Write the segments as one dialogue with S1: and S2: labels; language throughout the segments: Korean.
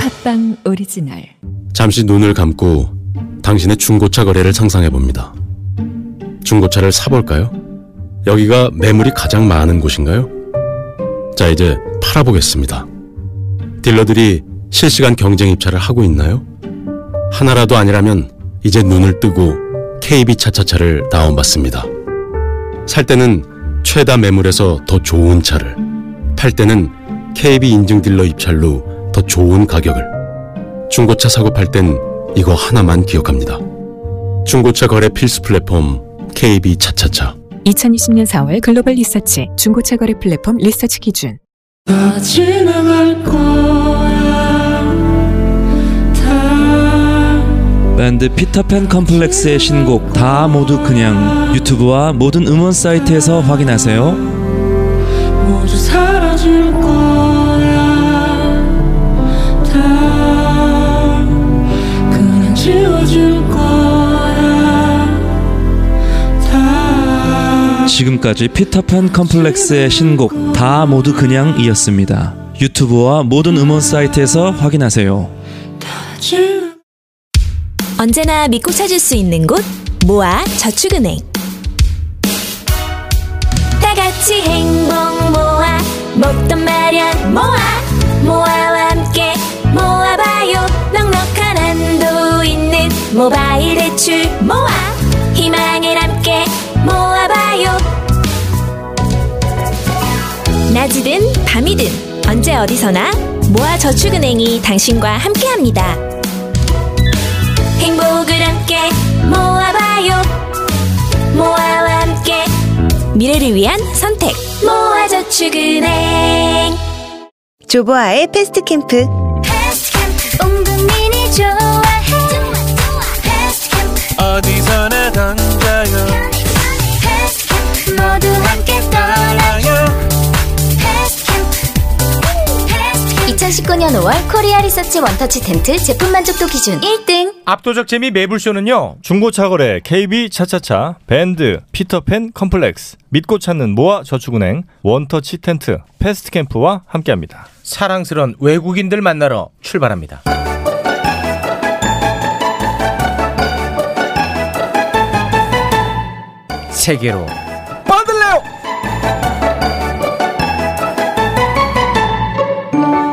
S1: 팟빵 오리지널
S2: 잠시 눈을 감고 당신의 중고차 거래를 상상해 봅니다. 중고차를 사볼까요? 여기가 매물이 가장 많은 곳인가요? 자, 이제 팔아보겠습니다. 딜러들이 실시간 경쟁 입찰을 하고 있나요? 하나라도 아니라면 이제 눈을 뜨고 KB 차차차를 다운받습니다. 살 때는 최다 매물에서 더 좋은 차를, 팔 때는 KB 인증 딜러 입찰로 더 좋은 가격을, 중고차 사고 팔 땐 이거 하나만 기억합니다. 중고차 거래 필수 플랫폼 KB 차차차.
S1: 2020년 4월 글로벌 리서치 중고차 거래 플랫폼 리서치 기준
S3: 다 지나갈 거야 다
S4: 밴드 피터팬 컴플렉스의 신곡 다 모두 그냥 유튜브와 모든 음원 사이트에서 확인하세요.
S3: 모두 사라질 거야 다 그냥 지워질 거야 다
S4: 지금까지 피터팬 컴플렉스의 신곡 다 모두 그냥이었습니다. 유튜브와 모든 음원 사이트에서 확인하세요.
S3: 지나-
S5: 언제나 믿고 찾을 수 있는 곳 모아 저축은행 다 같이 행복 모아 먹던 마련 모아 모아와 함께 모아봐요 넉넉한 한도 있는 모바일 대출 모아 희망을 함께 모아봐요 낮이든 밤이든 언제 어디서나 모아 저축은행이 당신과 함께합니다. 행복을 함께 모아봐요 모아와 함께 미래를 위한 선택 모아저축은행
S6: 조보아의 패스트 캠프.
S5: 온 국민이 좋아해
S7: 어디서나 던져요
S5: 모두 함께
S7: 알아요
S5: 2019년 5월 코리아 리서치 원터치 텐트 제품 만족도 기준 1등
S8: 압도적 재미 매불쇼는요.
S9: 중고차 거래 KB 차차차 밴드 피터팬 컴플렉스 믿고 찾는 모아 저축은행 원터치 텐트 패스트 캠프와 함께합니다.
S8: 사랑스런 외국인들 만나러 출발합니다. 세계로 뻗을래요.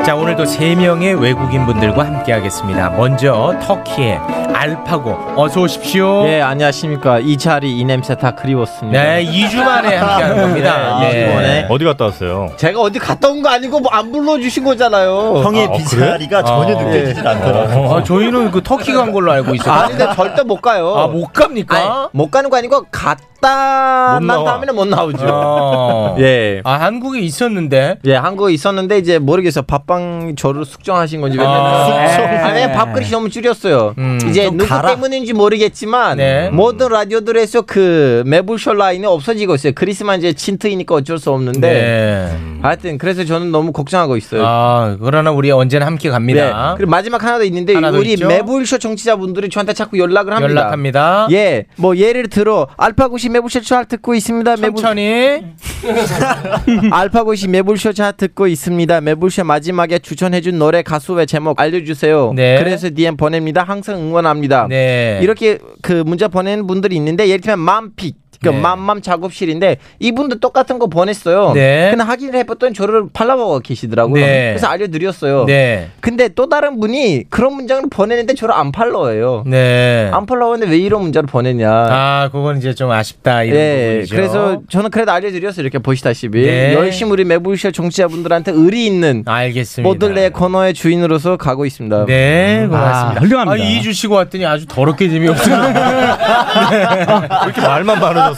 S8: 자 오늘도 세 명의 외국인 분들과 함께하겠습니다. 먼저 터키의 알파고 어서 오십시오.
S10: 예 안녕하십니까 이 자리 이 냄새 다 그리웠습니다.
S8: 네, 2주 만에 함께하는 겁니다.
S11: 아,
S8: 예.
S10: 네, 이주 만에.
S9: 어디 갔다 왔어요?
S12: 제가 어디 갔다 온 거 아니고 뭐 안 불러주신 거잖아요.
S10: 형의
S9: 아,
S10: 빈자리가 전혀 느껴지질 않더라고요.
S8: 아, 저희는 그 터키 간 걸로 알고
S12: 아니
S8: 있어요.
S12: 근데 절대 못 가요.
S8: 아, 못 갑니까?
S12: 아니, 못 가는 거 아니고
S9: 못
S12: 갔다만
S9: 나와.
S12: 다음에는 못 나오죠.
S8: 어.
S12: 예.
S8: 아, 한국에 있었는데.
S12: 예, 한국에 있었는데 이제 모르겠어요. 밥방 저를 숙정하신 건지
S8: 아,
S12: 왜냐면
S8: 숙정.
S12: 아, 왜냐면 밥그릇이 너무 줄였어요.
S8: 음.
S12: 이제
S10: 좀
S12: 누구
S10: 가라.
S12: 때문인지 모르겠지만
S8: 네.
S12: 모든 라디오들에서 그 매불쇼 라인이 없어지고 있어요. 그리스만 이제 친트이니까 어쩔 수 없는데 네.
S8: 네.
S12: 하여튼 그래서 저는 너무 걱정하고 있어요.
S8: 아, 그러나 우리 언제나 함께
S12: 네.
S8: 갑니다.
S12: 그리고 마지막 하나 더 있는데
S8: 하나 더
S12: 우리
S8: 있죠?
S12: 매불쇼 정치자분들이 저한테 자꾸 연락을 합니다.
S8: 연락합니다.
S12: 예, 뭐 예를 들어 알파고시 매불쇼 잘 듣고 있습니다. 매불-
S8: 천천히.
S12: 알파고시 매불쇼 잘 듣고 있습니다. 매불쇼 마지막에 추천해준 노래 가수의 제목 알려주세요.
S8: 네.
S12: 그래서 DM 보냅니다. 항상 응원합니다.
S8: 네.
S12: 이렇게 그 문자 보내는 분들이 있는데 예를 들면 맘픽 그
S8: 네.
S12: 맘맘 작업실인데 이분도 똑같은 거 보냈어요.
S8: 네.
S12: 근데 확인을 해봤더니 저를 팔라보고 계시더라고요.
S8: 네.
S12: 그래서 알려드렸어요.
S8: 네.
S12: 근데 또 다른 분이 그런 문장을 보내는데 저를 안 팔로워해요.
S8: 네.
S12: 안 팔로워하는데 왜 이런 문자를 보내냐.
S8: 아, 그건 이제 좀 아쉽다. 이런
S12: 예,
S8: 부분이죠.
S12: 그래서 저는 그래도 알려드렸어요. 이렇게 보시다시피
S8: 네.
S12: 열심히 우리 매부쇼 정치자분들한테 의리 있는
S8: 알겠습니다.
S12: 모들레 코너의 주인으로서 가고 있습니다. 음.
S8: 네, 고맙습니다. 훌륭합니다. 아, 이주 쉬고 왔더니 아주 더럽게 재미없어요. 네.
S9: 왜 이렇게 말만
S12: 저는
S9: 많아졌어?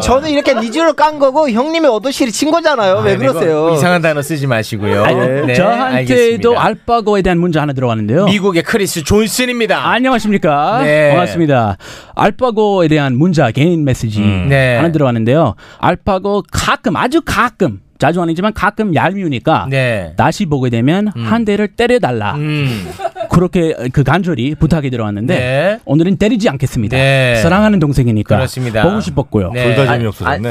S12: 저는 이렇게 니즈로 깐 거고 형님의 어도실이 친 거잖아요. 왜
S8: 아, 그리고
S12: 그러세요?
S8: 이상한 단어 쓰지 마시고요.
S11: 아니,
S8: 네,
S11: 저한테도
S8: 알겠습니다.
S11: 알파고에 대한 문자 하나 들어왔는데요.
S8: 미국의 크리스 존슨입니다.
S11: 안녕하십니까?
S8: 네.
S11: 반갑습니다. 알파고에 대한 문자 개인 메시지
S8: 네.
S11: 하나 들어왔는데요. 알파고 가끔 아주 가끔 자주 아니지만 가끔 얄미우니까
S8: 네.
S11: 다시 보게 되면 한 대를 때려달라.
S8: 음.
S11: 그렇게 그 간절히 부탁이 들어왔는데
S13: 네.
S11: 오늘은 때리지 않겠습니다.
S13: 네.
S11: 사랑하는 동생이니까
S13: 그렇습니다.
S11: 보고 싶었고요. 아,
S13: 네. 둘다
S9: 재미없어졌네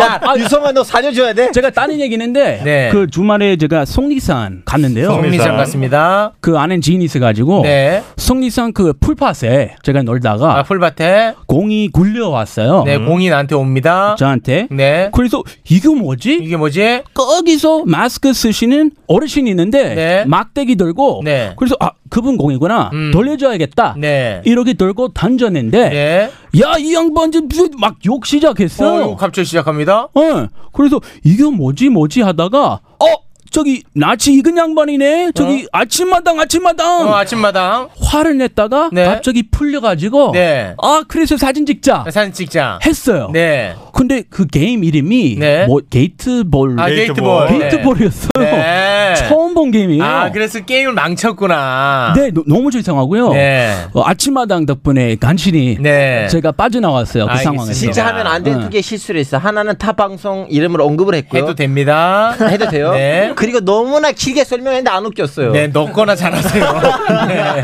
S12: 야 유성아 너 살려줘야 돼.
S11: 제가 다른 얘기는데
S13: 네.
S11: 그 주말에 제가 속리산 갔는데요.
S13: 속리산 속리산. 갔습니다.
S11: 그 아는 지인이 있어가지고
S13: 네.
S11: 속리산 그 풀밭에 제가 놀다가
S13: 아, 풀밭에
S11: 공이 굴려왔어요.
S13: 네, 공이 나한테 옵니다.
S11: 저한테.
S13: 네.
S11: 그래서 이게 뭐지?
S13: 이게 뭐지?
S11: 거기서 마스크 쓰시는 어르신이 있는데
S13: 네.
S11: 막대기 들고 그래서 아 그분 공이구나
S13: 음.
S11: 돌려줘야겠다
S13: 네.
S11: 이렇게 들고 던졌는데 야 이 양반 좀막욕 시작했어.
S13: 어, 갑자기 시작합니다.
S11: 어, 그래서 이게 뭐지 뭐지 하다가 어 저기 나치 익은 양반이네 저기 아침마당 아침마당
S13: 어, 아침마당.
S11: 화를 냈다가 갑자기 풀려가지고
S13: 네.
S11: 아 그래서 사진 찍자
S13: 사진 찍자
S11: 했어요.
S13: 네.
S11: 근데 그 게임 이름이 뭐 게이트볼
S13: 아, 게이트볼.
S11: 게이트볼이었어요.
S13: 네.
S11: 처음 본 게임이에요.
S13: 아, 그래서 게임을 망쳤구나.
S11: 네, 노- 너무 죄송하고요.
S13: 네.
S11: 어, 아침마당 덕분에 간신히
S13: 네. 아,
S11: 제가 빠져나왔어요. 그 상황에서.
S12: 진짜 하면 안 되는 두
S11: 응.
S12: 개 실수를 했어. 하나는 타 방송 이름을 언급을 했고요.
S13: 해도 됩니다.
S12: 해도 돼요.
S13: 네.
S12: 그리고 너무나 길게 설명했는데 안 웃겼어요.
S13: 네, 넣거나 잘하세요. 네.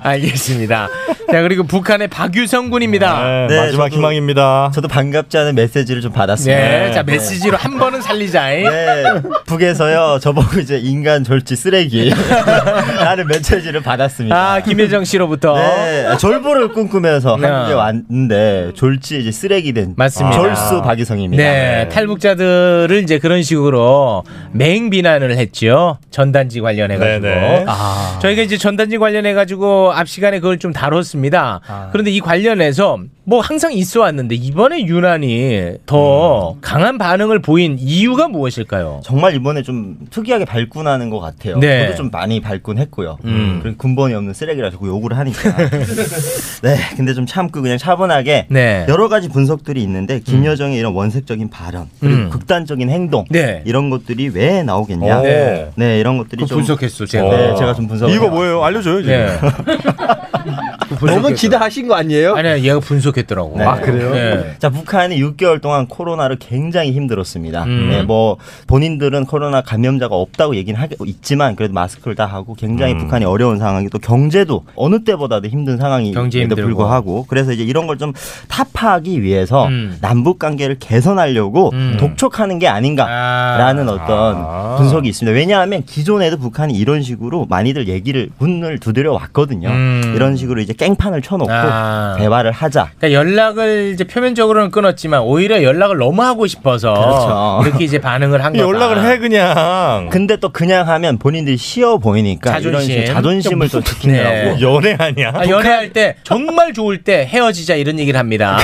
S13: 알겠습니다. 자, 그리고 북한의 박유성 군입니다.
S14: 네, 저도- 저도 반갑지 않은 메시지를 좀 받았습니다.
S13: 네, 자, 메시지로 한 번은 살리자.
S14: 네, 북에서요 저보고 이제 인간 졸지 쓰레기 라는 메시지를 받았습니다.
S13: 아, 김혜정 씨로부터.
S14: 네, 졸부를 꿈꾸면서
S13: 네.
S14: 한국에 왔는데 졸지 이제 쓰레기 된
S13: 맞습니다.
S14: 졸수 박이성입니다.
S13: 네, 탈북자들을 이제 그런 식으로 맹 비난을 했죠. 전단지 관련해
S14: 네네.
S13: 가지고.
S14: 아.
S13: 저희가 이제 전단지 관련해 가지고 앞 시간에 그걸 좀 다뤘습니다.
S14: 아.
S13: 그런데 이 관련해서 뭐 항상 있어 왔는데 이번에 유난히 더 강한 반응을 보인 이유가 무엇일까요?
S14: 음. 정말 이번에 좀 특이하게 발군하는 것 같아요.
S13: 네.
S14: 저도 좀 많이 발군했고요.
S13: 음.
S14: 그리고 근본이 없는 쓰레기라 자꾸 욕을 하니까. 네, 근데 좀 참고 그냥 차분하게
S13: 네.
S14: 여러 가지 분석들이 있는데 김여정의 이런 원색적인 발언, 그리고
S13: 음.
S14: 극단적인 행동
S13: 네.
S14: 이런 것들이 왜 나오겠냐.
S13: 오.
S14: 네. 이런 것들이
S13: 그거
S14: 좀
S13: 분석했어, 제가.
S14: 네, 제가 좀 분석.
S13: 이거
S14: 뭐예요? 알려줘요.
S13: 지금. 네.
S14: 너무
S12: 기대하신 거 아니에요?
S13: 아니야, 얘가 분석했더라고. 네.
S14: 자 북한이 6개월 동안 코로나로 굉장히 힘들었습니다.
S13: 음.
S14: 네, 뭐 본인들은 코로나 감염자가 없다고 얘기는 하고 있지만 그래도 마스크를 다 하고 굉장히
S13: 음.
S14: 북한이 어려운 상황이 또 경제도 어느 때보다도 힘든
S13: 경제
S14: 상황임에도
S13: 힘들고.
S14: 불구하고 그래서 이제 이런 걸 좀 타파하기 위해서
S13: 음.
S14: 남북 관계를 개선하려고 독촉하는 게 아닌가라는 어떤 분석이 있습니다. 왜냐하면 기존에도 북한이 이런 식으로 많이들 얘기를 문을 두드려 왔거든요.
S13: 음.
S14: 이런 식으로 이제 깽판을 쳐놓고
S13: 아.
S14: 대화를 하자.
S13: 그러니까 연락을 이제 표면적으로는 끊었지만 오히려 연락을 너무 하고 싶어서
S14: 그렇죠.
S13: 이렇게 이제 반응을 한 거다.
S14: 그냥. 근데 또 그냥 하면 본인들이 쉬어 보이니까 이런
S13: 그러니까 자존심.
S14: 식으로 자존심을 또 지키느라고.
S13: 네. 아, 연애할 때 정말 좋을 때 헤어지자 이런 얘기를 합니다.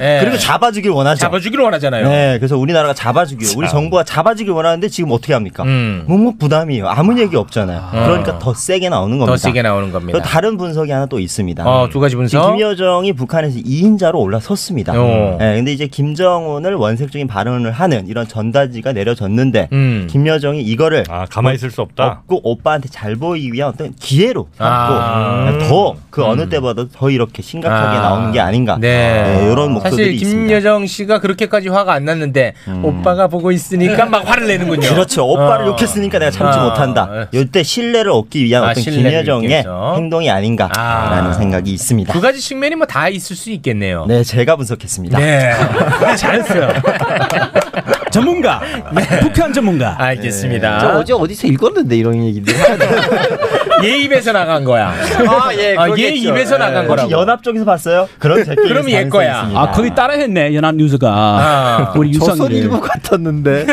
S13: 예.
S14: 그리고 잡아주길 원하죠.
S13: 잡아주기를 원하잖아요.
S14: 네, 그래서 우리나라가 잡아주길, 우리
S13: 참.
S14: 정부가 잡아주길 원하는데 지금 어떻게 합니까?
S13: 음.
S14: 뭐뭐 부담이에요. 아무 얘기 없잖아요. 그러니까 더 세게 나오는 겁니다.
S13: 더 세게 나오는 겁니다.
S14: 그리고 다른 분석이 하나 또 있습니다.
S13: 어, 두 가지 분석.
S14: 지금 김여정이 북한에서 2인자로 올라섰습니다.
S13: 어.
S14: 네, 근데 이제 김정은을 원색적인 발언을 하는 이런 전단지가 내려졌는데
S13: 음. 아,
S14: 김여정이 이거를
S9: 가만히 있을 수 없다.
S14: 없고 오빠한테 잘 보이기 위한 어떤 기회로 삼고
S9: 아.
S14: 더 그 어느
S13: 음.
S14: 때보다 더 이렇게 심각하게
S13: 아.
S14: 나오는 게 아닌가. 예,
S13: 네.
S14: 이런
S13: 사실
S14: 목소들이 있습니다. 음.
S13: 김여정 씨가 그렇게까지 화가 안 났는데 오빠가 보고 있으니까 막 화를 내는군요.
S14: 그렇죠. 오빠를
S13: 어.
S14: 욕했으니까 내가 참지
S13: 아.
S14: 못한다. 이때 신뢰를 얻기 위한
S13: 아,
S14: 어떤
S13: 신뢰를 얻기
S14: 김여정의
S13: 위해서.
S14: 행동이 아닌가라는 생각이 있습니다.
S13: 두 가지 측면이 뭐 다 있을 수 있겠네요.
S14: 네, 제가 분석했습니다.
S13: 네. 잘했어요. 네.
S11: 전문가. 북한 전문가.
S13: 알겠습니다.
S12: 저 어제 어디서 읽었는데 이런 얘기들.
S13: 얘 입에서 나간 거야.
S12: 아, 예,
S13: 아, 얘
S12: 그러겠죠.
S13: 입에서
S12: 예.
S13: 나간 거라고.
S14: 연합 쪽에서 봤어요? 그런
S13: 그럼 얘 거야.
S11: 아 거기 따라했네 연합뉴스가 아,
S14: 아,
S11: 우리 유성이를.
S13: 네.
S9: 같았는데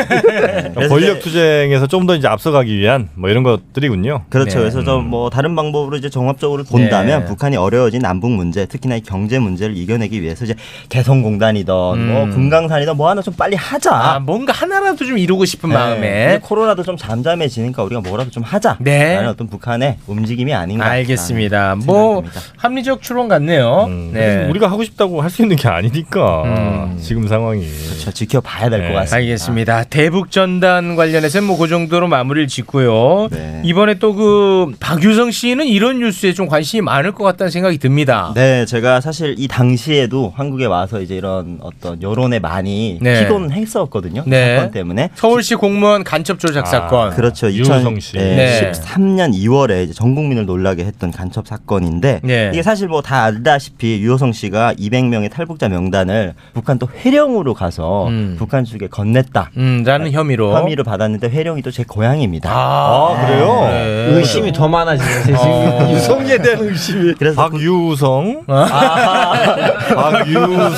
S9: 어, 권력 투쟁에서 좀 더 이제 앞서가기 위한 뭐 이런 것들이군요. 음.
S14: 그렇죠.
S11: 네.
S14: 그래서 좀 뭐 다른 방법으로 이제 종합적으로 본다면
S9: 네.
S14: 북한이 어려워진 남북 문제, 특히나 이 경제 문제를 이겨내기 위해서 이제 개성공단이든 뭐
S13: 음.
S14: 금강산이든 뭐 하나 좀 빨리 하자.
S13: 아, 뭔가 하나라도 좀 이루고 싶은 마음에.
S14: 네. 이제 코로나도 좀 잠잠해지니까 우리가 뭐라도 좀 하자.
S13: 네.
S14: 라는 어떤 북한의 움직임이 아닌가.
S13: 알겠습니다. 뭐 합리적 추론 같네요. 네.
S9: 음. 그래서 우리가 하고 싶다고 할 수 있는 게 아니니까 지금 상황이. 네.
S14: 그렇죠. 지켜봐야 될 것 같습니다.
S13: 알겠습니다. 대북 전단 관련해서 는 뭐 그 정도로 마무리를 짓고요.
S14: 네.
S13: 이번에 또 그 박유성 씨는 이런 뉴스에 좀 관심이 많을 것 같다는 생각이 듭니다.
S14: 네, 제가 사실 이 당시에도 한국에 와서 이제 이런 어떤 여론에 많이
S13: 네.
S14: 피곤했었거든요. 있었거든요. 사건 때문에.
S13: 서울시 공무원 간첩 조작
S9: 아,
S13: 사건. 네.
S14: 그렇죠. 2013년 2월에 이제 전 국민을 놀라게 했던 간첩 사건인데
S13: 네.
S14: 이게 사실 뭐 다 알다시피 유호성 씨가 200명의 탈북자 명단을 북한 또 회령으로 가서 북한 측에 건넸다. 아,
S13: 음, 라는 혐의로
S14: 혐의를 받았는데 회령이 또 제 고향입니다.
S9: 아, 그래요? 네. 의심이
S14: 더 많아지네.
S9: 어.
S14: 유성에 대한 의심이. 그래서 아,
S9: 박유성.
S14: 박유성.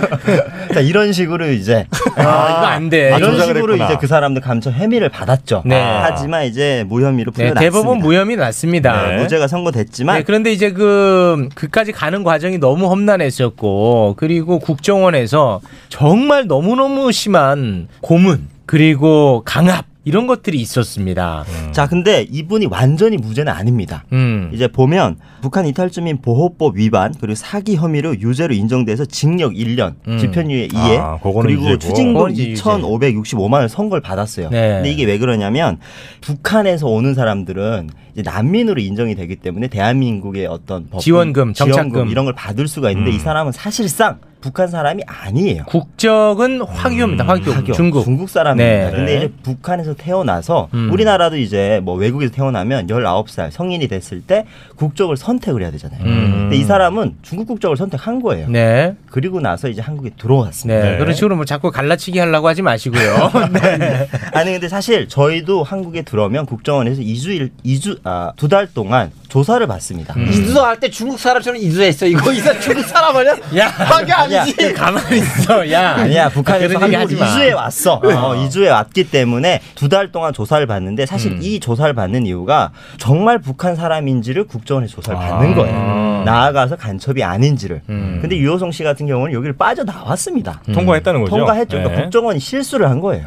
S14: 자, 그러니까 이런 식으로 이제
S13: 아, 이거 안 돼.
S14: 이런 식으로 이제 그 사람들 감청 혐의를 받았죠.
S13: 네.
S14: 하지만 이제 무혐의로
S13: 네,
S14: 풀려났습니다.
S13: 대법원 무혐의 났습니다.
S14: 네, 무죄가 선고됐지만
S13: 네, 그런데 이제 그 그까지 가는 과정이 너무 험난했었고 그리고 국정원에서 정말 너무너무 심한 고문 그리고 강압 이런 것들이 있었습니다.
S14: 자, 근데 이분이 완전히 무죄는 아닙니다.
S13: 음.
S14: 이제 보면 북한 이탈주민 보호법 위반 그리고 사기 혐의로 유죄로 인정돼서 징역 1년,
S9: 음.
S14: 집현유예
S9: 아,
S14: 2회
S9: 그거는
S14: 그리고
S13: 뭐
S9: 유죄고.
S14: 추징금
S9: 그건 이제
S14: 2,565만 원 선고를 받았어요.
S9: 네.
S14: 근데 이게 왜 그러냐면 북한에서 오는 사람들은 이제 난민으로 인정이 되기 때문에 대한민국의 어떤 법
S13: 지원금, 정착금.
S14: 이런 걸 받을 수가 있는데
S13: 음.
S14: 이 사람은 사실상 북한 사람이 아니에요. 음.
S13: 국적은 화교입니다. 화교. 중국.
S14: 중국 사람입니다.
S13: 네.
S14: 근데 이제 북한에서 태어나서
S13: 음.
S14: 우리나라도 이제 뭐 외국에서 태어나면 19살 성인이 됐을 때 국적을 선택을 해야 되잖아요.
S13: 음.
S14: 근데 이 사람은 중국 국적을 선택한 거예요.
S13: 네.
S14: 그리고 나서 이제 한국에 들어왔습니다.
S13: 네. 그런 식으로 뭐 자꾸 갈라치기 하려고 하지 마시고요.
S14: 아니 근데 사실 저희도 한국에 들어오면 국정원에서 2주일 2주 아 두 달 동안 조사를 받습니다.
S12: 음. 이주할 때 중국 사람처럼 이주했어. 이거 이사 중국 사람 아니야?
S13: 야,
S12: 그게 아니지.
S13: 가만히 있어. 야.
S14: 아니야 북한에서
S13: 그런 얘기
S14: 한국
S13: 하지 마.
S14: 2주에 왔어. 어, 2주에 왔기 때문에 두 달 동안 조사를 받는데 사실 이 조사를 받는 이유가 정말 북한 사람인지를 국정원에 서 조사를 받는 거예요. 나아가서 간첩이 아닌지를. 근데 유호성 씨 같은 경우는 여기를 빠져나왔습니다.
S9: 음. 통과했다는 거죠?
S14: 통과했죠. 그러니까
S9: 네.
S14: 국정원이 실수를 한 거예요.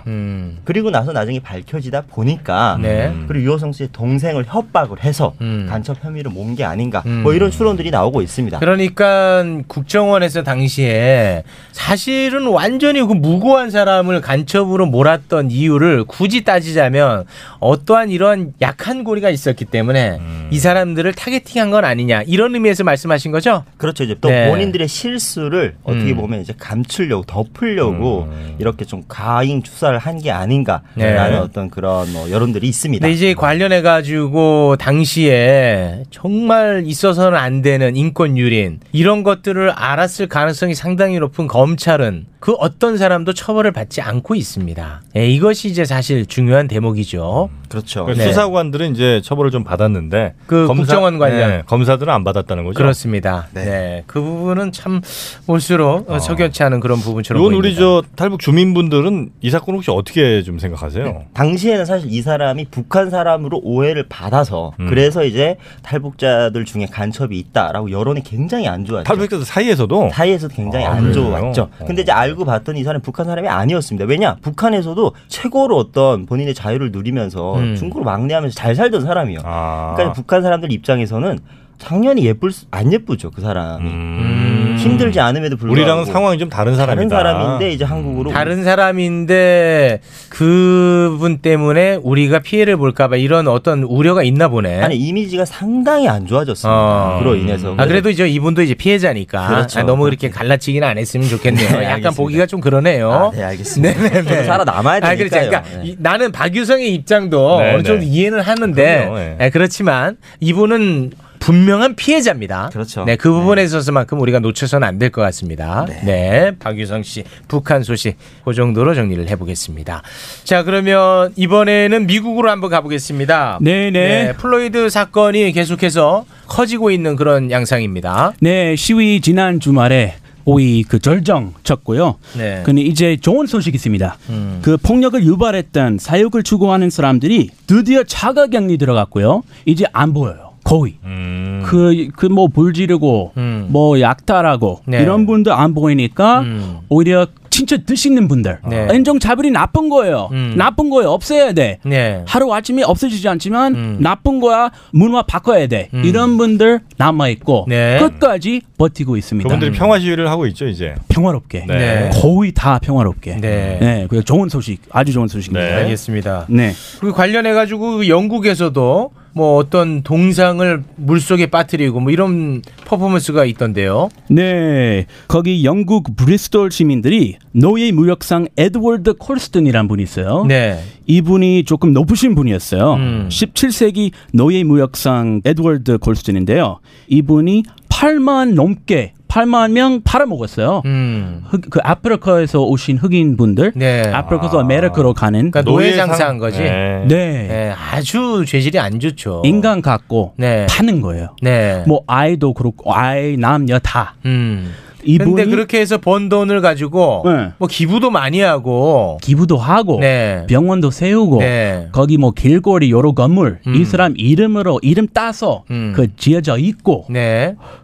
S14: 그리고 나서 나중에 밝혀지다 보니까
S9: 네.
S14: 그리고 유호성 씨의 동생을 협박을 해서 간첩 혐의로 모은 게 아닌가 뭐 이런 추론들이 나오고 있습니다.
S13: 그러니까 국정원에서 당시에 사실은 완전히 그 무고한 사람을 간첩으로 몰았던 이유를 굳이 따지자면 어떠한 이런 약한 고리가 있었기 때문에
S14: 음.
S13: 이 사람들을 타겟팅한 건 아니냐 이런 의미에서 말씀하신 거죠?
S14: 그렇죠. 이제 또
S13: 네.
S14: 본인들의 실수를 어떻게 보면 이제 감추려고 덮으려고 이렇게 좀 과잉 주사를 한 게 아닌가라는
S13: 네.
S14: 어떤 그런 뭐 여론들이 있습니다.
S13: 근데 이제 관련해 가지고 당시에 정말 있어서는 안 되는 인권 유린 이런 것들을 알았을 가능성이 상당히 높은 검찰은 그 어떤 사람도 처벌을 받지 않고 있습니다. 예, 이것이 이제 사실 중요한 대목이죠. 네,
S14: 그렇죠.
S9: 그 수사관들은 이제 처벌을 좀 받았는데 네,
S13: 그 국정원 관련.
S9: 검사들은 안 받았다는 거죠.
S13: 그렇습니다. 네. 그 부분은 참 올수록
S14: 아.
S13: 어, 석연치 않은 그런 부분처럼
S9: 이건
S13: 보입니다.
S9: 우리 저 탈북 주민분들은 이 사건 혹시 어떻게 좀 생각하세요?
S14: 네. 당시에는 사실 이 사람이 북한 사람으로 오해를 받아서
S9: 음.
S14: 그래서 이제 탈북자들 중에 간첩이 있다라고 여론이 굉장히 안 좋았죠.
S9: 탈북자들 사이에서도
S14: 사이에서도 굉장히
S9: 아,
S14: 안
S9: 그래요?
S14: 좋았죠. 근데 이제 알고 봤더니 이 사람이 북한 사람이 아니었습니다. 왜냐? 북한에서도 최고로 어떤 본인의 자유를 누리면서
S9: 음. 아.
S14: 중국으로 막내하면서 잘 살던 사람이요. 그러니까 북한 사람들 입장에서는 당연히 예쁠 수, 안 예쁘죠 그 사람이 힘들지 않음에도 불구하고
S9: 음. 우리랑은 상황이 좀 다른 사람이다.
S14: 인데 이제 한국으로
S13: 다른 사람인데 그분 때문에 우리가 피해를 볼까봐 이런 어떤 우려가 있나
S11: 예?
S13: 보네.
S14: 아니 이미지가 상당히 안 좋아졌습니다. 그로 인해서
S13: 아 그래도 이제 이분도 이제 피해자니까
S14: 그렇죠.
S13: 아, 너무 그렇게 갈라치기는 안 했으면 좋겠네요.
S14: 네,
S13: 약간
S14: 알겠습니다.
S13: 보기가 좀 그러네요.
S14: 아, 네, 알겠습니다. 저도 살아남아야
S13: 아, 그렇죠.
S14: 되니까요.
S13: 그러니까 이- 나는 박유성의 입장도
S14: 네,
S13: 어느 정도
S14: 네.
S13: 이해는 하는데
S14: 그럼요, 네.
S13: 예, 그렇지만 이분은 분명한 피해자입니다.
S14: 그렇죠.
S13: 네, 그 부분에 있어서만큼 우리가 놓쳐서는 안 될 것 같습니다. 네. 박유성 씨 북한 소식 그 정도로 정리를 해보겠습니다. 자, 그러면 이번에는 미국으로 한번 가보겠습니다.
S11: 네네.
S13: 플로이드 사건이 계속해서 커지고 있는 그런 양상입니다.
S11: 네, 시위 지난 주말에 오이 그 절정 쳤고요.
S13: 네.
S11: 근데 이제 좋은 소식이 있습니다.
S13: 음.
S11: 그 폭력을 유발했던 사육을 추구하는 사람들이 드디어 자가격리 들어갔고요. 이제 안 보여요. 거의.
S13: 음.
S11: 그, 그, 뭐, 불 지르고,
S7: 음.
S11: 뭐, 약탈하고,
S13: 네. 음.
S11: 이런 분들 안 보이니까, 오히려 진짜 드시는 분들.
S13: 네.
S11: 인종차별이 나쁜 거예요.
S13: 음.
S11: 나쁜 거예요. 없애야 돼.
S13: 네. 음.
S11: 하루아침에 없어지지 않지만, 나쁜 거야. 문화 바꿔야 돼. 이런 분들 남아있고,
S9: 네.
S11: 끝까지 버티고 있습니다.
S9: 그분들이 평화 시위를 하고 있죠 이제.
S11: 평화롭게.
S9: 네.
S11: 거의 다 평화롭게.
S13: 네.
S11: 그 네. 좋은 소식, 아주 좋은 소식입니다.
S13: 알겠습니다.
S11: 네.
S13: 그 관련해 가지고 영국에서도 뭐 어떤 동상을 물속에 빠뜨리고 뭐 이런 퍼포먼스가 있던데요.
S11: 네, 거기 영국 브리스톨 시민들이 노예 무역상 에드워드 콜스턴이란 분이 있어요.
S13: 네. 음.
S11: 이분이 조금 높으신 분이었어요. 17세기 노예 무역상 에드워드 콜스턴인데요. 이분이 8만 넘게 8만 명 팔아먹었어요.
S13: 음.
S11: 흑- 그 아프리카에서 오신 흑인 분들, 아프리카에서 아메리카로 가는
S13: 네. 그러니까 노예 장사한 거지.
S11: 네.
S13: 네, 아주 죄질이 안 좋죠.
S11: 인간 갖고 파는 거예요.
S13: 네.
S11: 뭐 아이도 그렇고 아이 남녀 다.
S13: 음.
S11: 이분이 네,
S13: 근데 그렇게 해서 번 돈을 가지고 뭐 기부도 많이 하고
S11: 기부도 하고
S13: 네.
S11: 병원도 세우고
S13: 네.
S11: 거기 뭐 길거리 여러 건물
S13: 음.
S11: 이 사람 이름으로 이름 따서
S13: 음. 네.
S11: 그 지어져 있고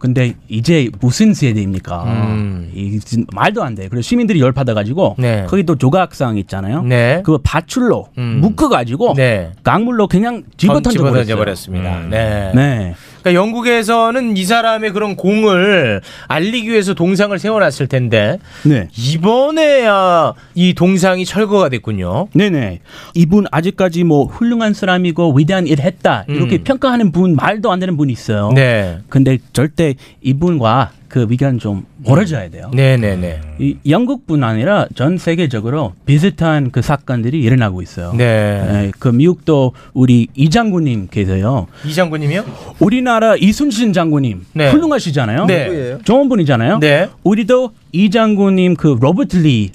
S11: 근데 이제 무슨 세대입니까
S13: 음.
S11: 이 진- 말도 안돼 그래서 시민들이 열 받아가지고
S13: 네.
S11: 거기 또 조각상 있잖아요
S13: 네. 음.
S11: 그거 밧줄로 묶어가지고 강물로 그냥 집어 던져
S13: 집어던져
S11: 버렸어요
S13: 버렸습니다. 네.
S11: 네.
S13: 그러니까 영국에서는 이 사람의 그런 공을 알리기 위해서 동상을 세워놨을 텐데
S11: 네.
S13: 이번에야 아, 이 동상이 철거가 됐군요.
S11: 네네. 이분 아직까지 뭐 훌륭한 사람이고 위대한 일 했다 이렇게 평가하는 분 말도 안 되는 분이 있어요.
S13: 음. 네.
S11: 근데 절대 이분과 그 의견 좀 멀어져야 돼요.
S13: 음. 네네네.
S11: 이 영국뿐 아니라 전 세계적으로 비슷한 그 사건들이 일어나고 있어요.
S13: 네.
S11: 예, 그 미국도 우리 이 장군님 계세요.
S13: 네. 이 장군님이요?
S11: 우리나라 이순신 장군님
S13: 네.
S11: 훌륭하시잖아요.
S13: 네. 누구예요?
S11: 좋은 분이잖아요.
S13: 네.
S11: 우리도 이 장군님 그 로버트 리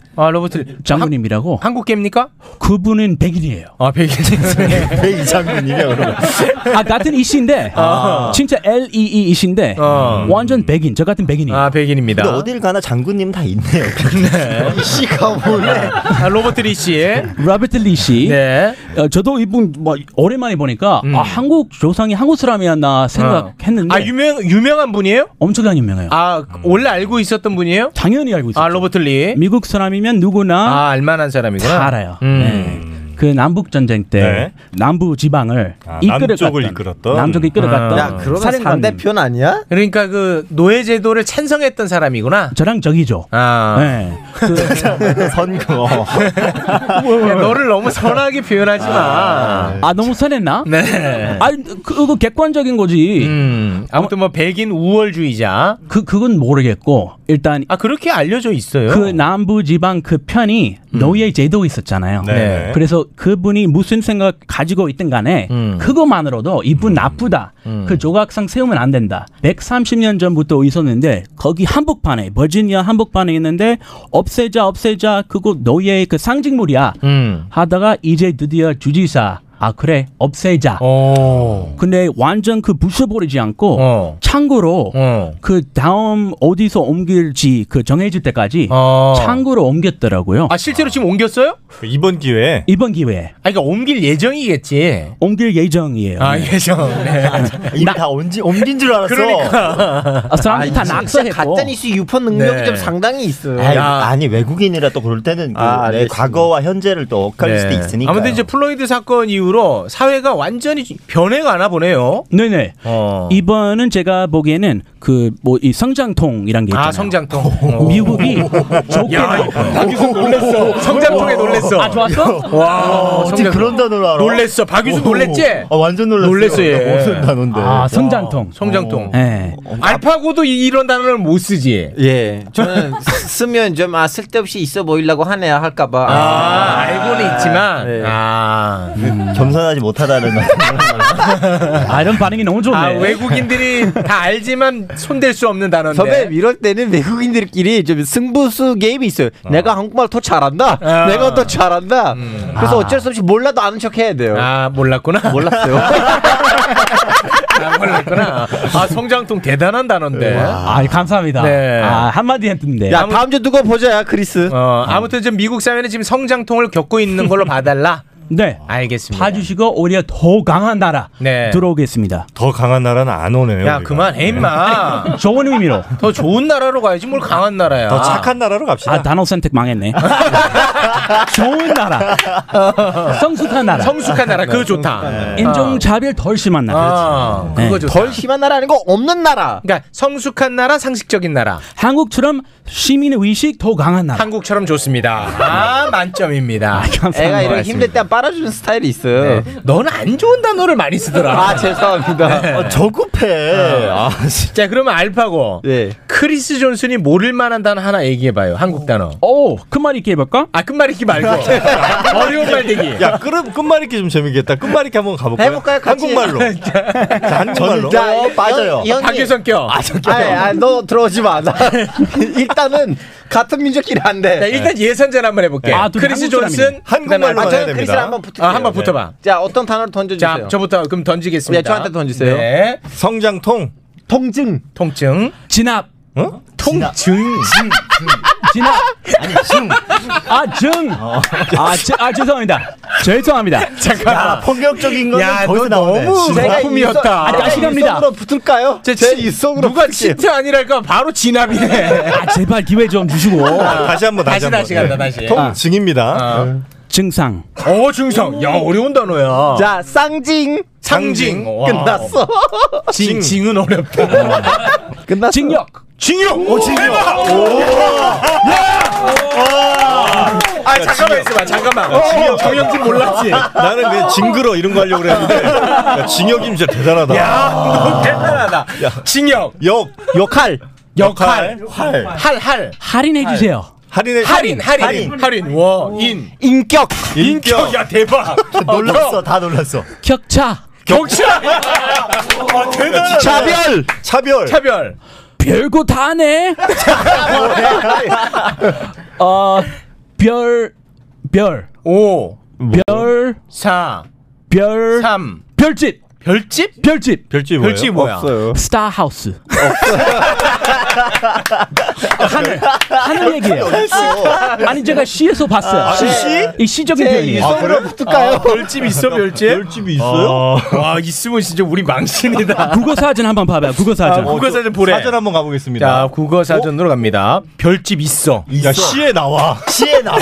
S11: 장군님이라고
S13: 아, 한국 개입니까?
S11: 그분은 백인이에요.
S13: 아 백인이세요?
S11: 백인 예, 장군님이요 그러면. 아 같은 이씨인데
S13: 아.
S11: 진짜 L E E 이씨인데
S13: 어.
S11: 완전 백인 저 같은 백인이에요. 아
S13: 백인입니다.
S14: 근데 어딜 가나 장군님 다 있네요.
S13: 이 씨가 원래 아, 로버트 리 네. 씨.
S11: 로버트 리씨. 저도 이분 뭐 오랜만에 보니까 아, 한국 조상이 한국 사람이었나 생각했는데.
S13: 음. 아 유명 유명한 분이에요?
S11: 엄청난 유명해요.
S13: 아 원래 알고 있었던 분이에요?
S11: 당연히 알고 있었죠.
S13: 아 로버트 리.
S11: 미국 사람이면 누구나
S13: 아 알만한 사람이구나.
S11: 다 알아요.
S13: 음.
S11: 네. 그 남북 전쟁 때
S13: 네.
S11: 남부 지방을
S13: 아,
S11: 이끌어갔던
S13: 남쪽을 이끌었던?
S11: 남쪽 이끌어갔던
S13: 아. 야, 그러면
S11: 사령관님.
S13: 상대편 그러니까 그 노예 제도를 찬성했던 사람이구나.
S11: 저랑 적이죠.
S13: 아.
S11: 네.
S13: 선거. 너를 너무 뭐 선하게 표현하지 마.
S11: 아 너무 선했나?
S13: 네.
S11: 아 그거 객관적인 거지.
S13: 아무튼 뭐 백인 우월주의자.
S11: 그 그건 모르겠고 일단
S13: 아 그렇게 알려져 있어요. 음.
S11: 그 남부 지방 그 편이 노예 제도 있었잖아요.
S13: 네.
S11: 그래서 그분이 무슨 생각 가지고 있든 간에
S13: 음.
S11: 그것만으로도 이분 나쁘다. 그 조각상 세우면 안 된다. 130년 전부터 있었는데 거기 한복판에 버지니아 한복판에 있는데 없애자 없애자 그거 노예의 그 상징물이야.
S13: 음.
S11: 하다가 이제 드디어 주지사 아 그래 없애자.
S13: 어.
S11: 근데 완전 그 부숴버리지 않고 창고로
S13: 어.
S11: 그 다음 어디서 옮길지 그 정해질 때까지 창고로 옮겼더라고요.
S13: 아 실제로 지금 옮겼어요?
S11: 그 이번 기회에 이번 기회에
S13: 아 그러니까 옮길 예정이겠지.
S11: 옮길 예정이에요.
S13: 아 예정. 네.
S14: 이미 다 옮지, 옮긴 줄 알았어.
S13: 그러니까.
S11: 아, 사람들이 다
S14: 진짜
S11: 낙서했고.
S12: 가짜뉴스 유포 능력이
S14: 네.
S12: 좀 상당히 있어요.
S14: 아니, 아니, 외국인이라 또 그럴 때는 그
S12: 아,
S14: 내
S12: 알겠습니다.
S14: 과거와 현재를 또 엇갈릴
S13: 네.
S14: 수도 있으니까.
S13: 아무튼 이제 플로이드 사건 이후로 사회가 완전히 변해가나 보네요. 어.
S11: 네네. 이번은 제가 보기에는 그 뭐 이 성장통이란 게 있잖아요.
S13: 아 성장통. 어.
S11: 미국이 좋게
S14: 아,
S13: 박유승 놀랬어. 성장통에 놀랬어.
S11: 아, 좋았어?
S13: 와.
S14: 어떻게
S13: 성장통.
S14: 그런 단어를 알아?
S13: 놀랬어. 박유승 놀랬지?
S14: 아, 완전 놀랐어.
S13: 놀랬어, 얘.
S14: 무슨 단어인데?
S13: 아,
S11: 성장통.
S13: 성장통. 아,
S11: 예.
S13: 알파고도 이- 이런 단어를 못 쓰지.
S12: 예. 저는 쓰면 좀 아, 쓸데없이 있어 보이려고 하네요 할까봐. 아,
S13: 알고는 있지만.
S14: 네.
S13: 아.
S14: 음. 겸손하지 못하다는 말.
S11: 아, 이런 음. 그 반응이 너무 좋네.
S13: 아, 외국인들이 다 알지만 손댈 수 없는 단어인데.
S12: 선배 이럴 때는 외국인들끼리 좀 승부수 게임이 있어요. 내가 한국말 더 잘한다.
S13: 아.
S12: 내가 더 잘한다. 그래서
S13: 아.
S12: 어쩔 수 없이 몰라도 아는 척 해야 돼요.
S13: 아 몰랐구나.
S12: 몰랐어요.
S13: 아, 몰랐구나. 아 성장통 대단한 단어인데.
S11: 아, 감사합니다.
S13: 네.
S11: 아, 한마디 했는데.
S13: 야, 다음
S12: 주에 누가 보자, 야, 크리스.
S13: 어, 아무튼 지금 미국 사회는 지금 성장통을 겪고 있는 걸로 봐달라.
S11: 네.
S13: 알겠습니다.
S11: 봐주시고 오히려 더 강한 나라
S13: 네.
S11: 들어오겠습니다.
S9: 더 강한 나라는 안 오네요.
S12: 그러니까.
S13: 야 그만해
S12: 네.
S13: 임마.
S11: 좋은 의미로.
S13: 더 좋은 나라로 가야지 뭘 강한 나라야.
S11: 나라로 갑시다. 아, 단어 선택 망했네. 좋은 나라. 성숙한 나라. 네.
S13: 성숙한 나라,
S12: 네,
S13: 그거 좋다. 네. 어. 아,
S11: 인종차별 덜 심한 나라. 네.
S12: 네.
S13: 그거 좋다.
S12: 덜 심한 나라 아니고 없는 나라.
S13: 그러니까 성숙한 나라, 상식적인 나라.
S11: 한국처럼 시민의 의식 더 강한 나라.
S13: 한국처럼 좋습니다. 아 만점입니다. 네.
S12: 애가 이렇게 힘들 때 빨아주는 스타일이 있어요.
S13: 너는 안 좋은 단어를 많이 쓰더라.
S12: 아, 죄송합니다. 어,
S13: 저급해. 자 그러면 알파고.
S12: 네.
S13: 크리스 존슨이 모를 만한 단어 하나 얘기해봐요. 한국 단어.
S11: 오 끝말잇기 해볼까?
S13: 아 끝말잇기 말고 어려운 말 대기.
S9: 야, 그럼 끝말잇기 좀 재밌겠다. 끝말잇기 한번 가볼까요?
S13: 해볼까요, 같이?
S9: 한국말로. 자, 한국말로.
S12: 자, 어, 빠져요. 이 형님.
S13: 박유선 껴.
S12: 아, 저 껴요. 아니, 아니, 너 들어오지 마. 나 일단은 같은 민족끼리 안 돼.
S13: 자, 일단 예선전 한번 해볼게.
S12: 네. 아, 둘이
S13: 크리스
S12: 한국
S13: 존슨
S12: 사람이네. 한국말로 해야 됩니다.
S13: 아, 한번 붙어봐.
S12: 자, 어떤 단어를 던져주세요.
S13: 자, 저부터 그럼 던지겠습니다.
S12: 네, 저한테 던지세요.
S9: 성장통.
S12: 통증.
S13: 통증.
S11: 진압.
S9: 어?
S13: 통증.
S11: 진압. 아니, 증. 아, 증. 아, 제, 아, 죄송합니다. 죄송합니다.
S13: 어. 잠깐만.
S12: 폭력적인 거는
S13: 야, 거기서 너 나오네. 너무 거품이었다.
S11: 아,
S13: 내가
S11: 다시갑니다.
S13: 입성으로
S12: 붙을까요?
S13: 제, 제 입속으로 누가 진짜 아니랄까 바로 진압이네.
S11: 아, 제발 기회 좀 주시고.
S13: 아, 다시 한 번, 다시 다시, 한 번. 다시 간다, 다시.
S9: 네.
S13: 아. 네. 통
S9: 증입니다.
S11: 어. 증상.
S13: 어 증상. 야 어려운 단어야.
S12: 자, 쌍징.
S13: 상징. 와.
S12: 끝났어.
S13: 징, 징은 어렵다.
S12: 끝났어.
S11: 징역.
S9: 징역.
S13: 오, 징역. 아 잠깐만 있어봐 잠깐만 어, 정영진 몰랐지
S9: 아, 나는 그냥 징그러 이런 거 하려고 그랬는데 야, 징역이 진짜 대단하다. 아.
S13: 야, 너 대단하다. 징역.
S9: 역.
S12: 역할.
S9: 역할.
S13: 활. 할, 할.
S11: 할인해주세요.
S9: 할인해
S13: 할인, 할인, 할인, 워, 인.
S12: 인격.
S13: 인격. 야, 대박.
S10: 놀랐어, 다 놀랐어.
S11: 격차.
S13: 격차. 아, 대단하다.
S10: 차별.
S9: 차별.
S13: 차별.
S11: 별거 다 하네. 어, 별, 별.
S13: 오.
S11: 별.
S13: 사.
S11: 별.
S13: 삼.
S11: 별집.
S13: 별집?
S11: 별집.
S9: 별집
S13: 뭐예요? 별집 뭐야? 없어요.
S11: 스타하우스. 하늘. 하늘 얘기예요. 아니 제가 시에서 봤어요.
S13: 아, 시?
S11: 이 시적인
S13: 제
S11: 표현이에요.
S13: 이성으로 아, 그래요? 붙을까요? 아, 별집 있어, 별집? 별집이 있어요? 와, 있으면 진짜 우리 망신이다.
S11: 국어 사전 한번 봐봐요. 국어 사전.
S13: 아, 국어 사전 보래.
S9: 사전 한번 가보겠습니다.
S13: 자, 국어 사전으로 갑니다. 별집 있어.
S9: 야, 시에 나와.
S12: 시에 나와.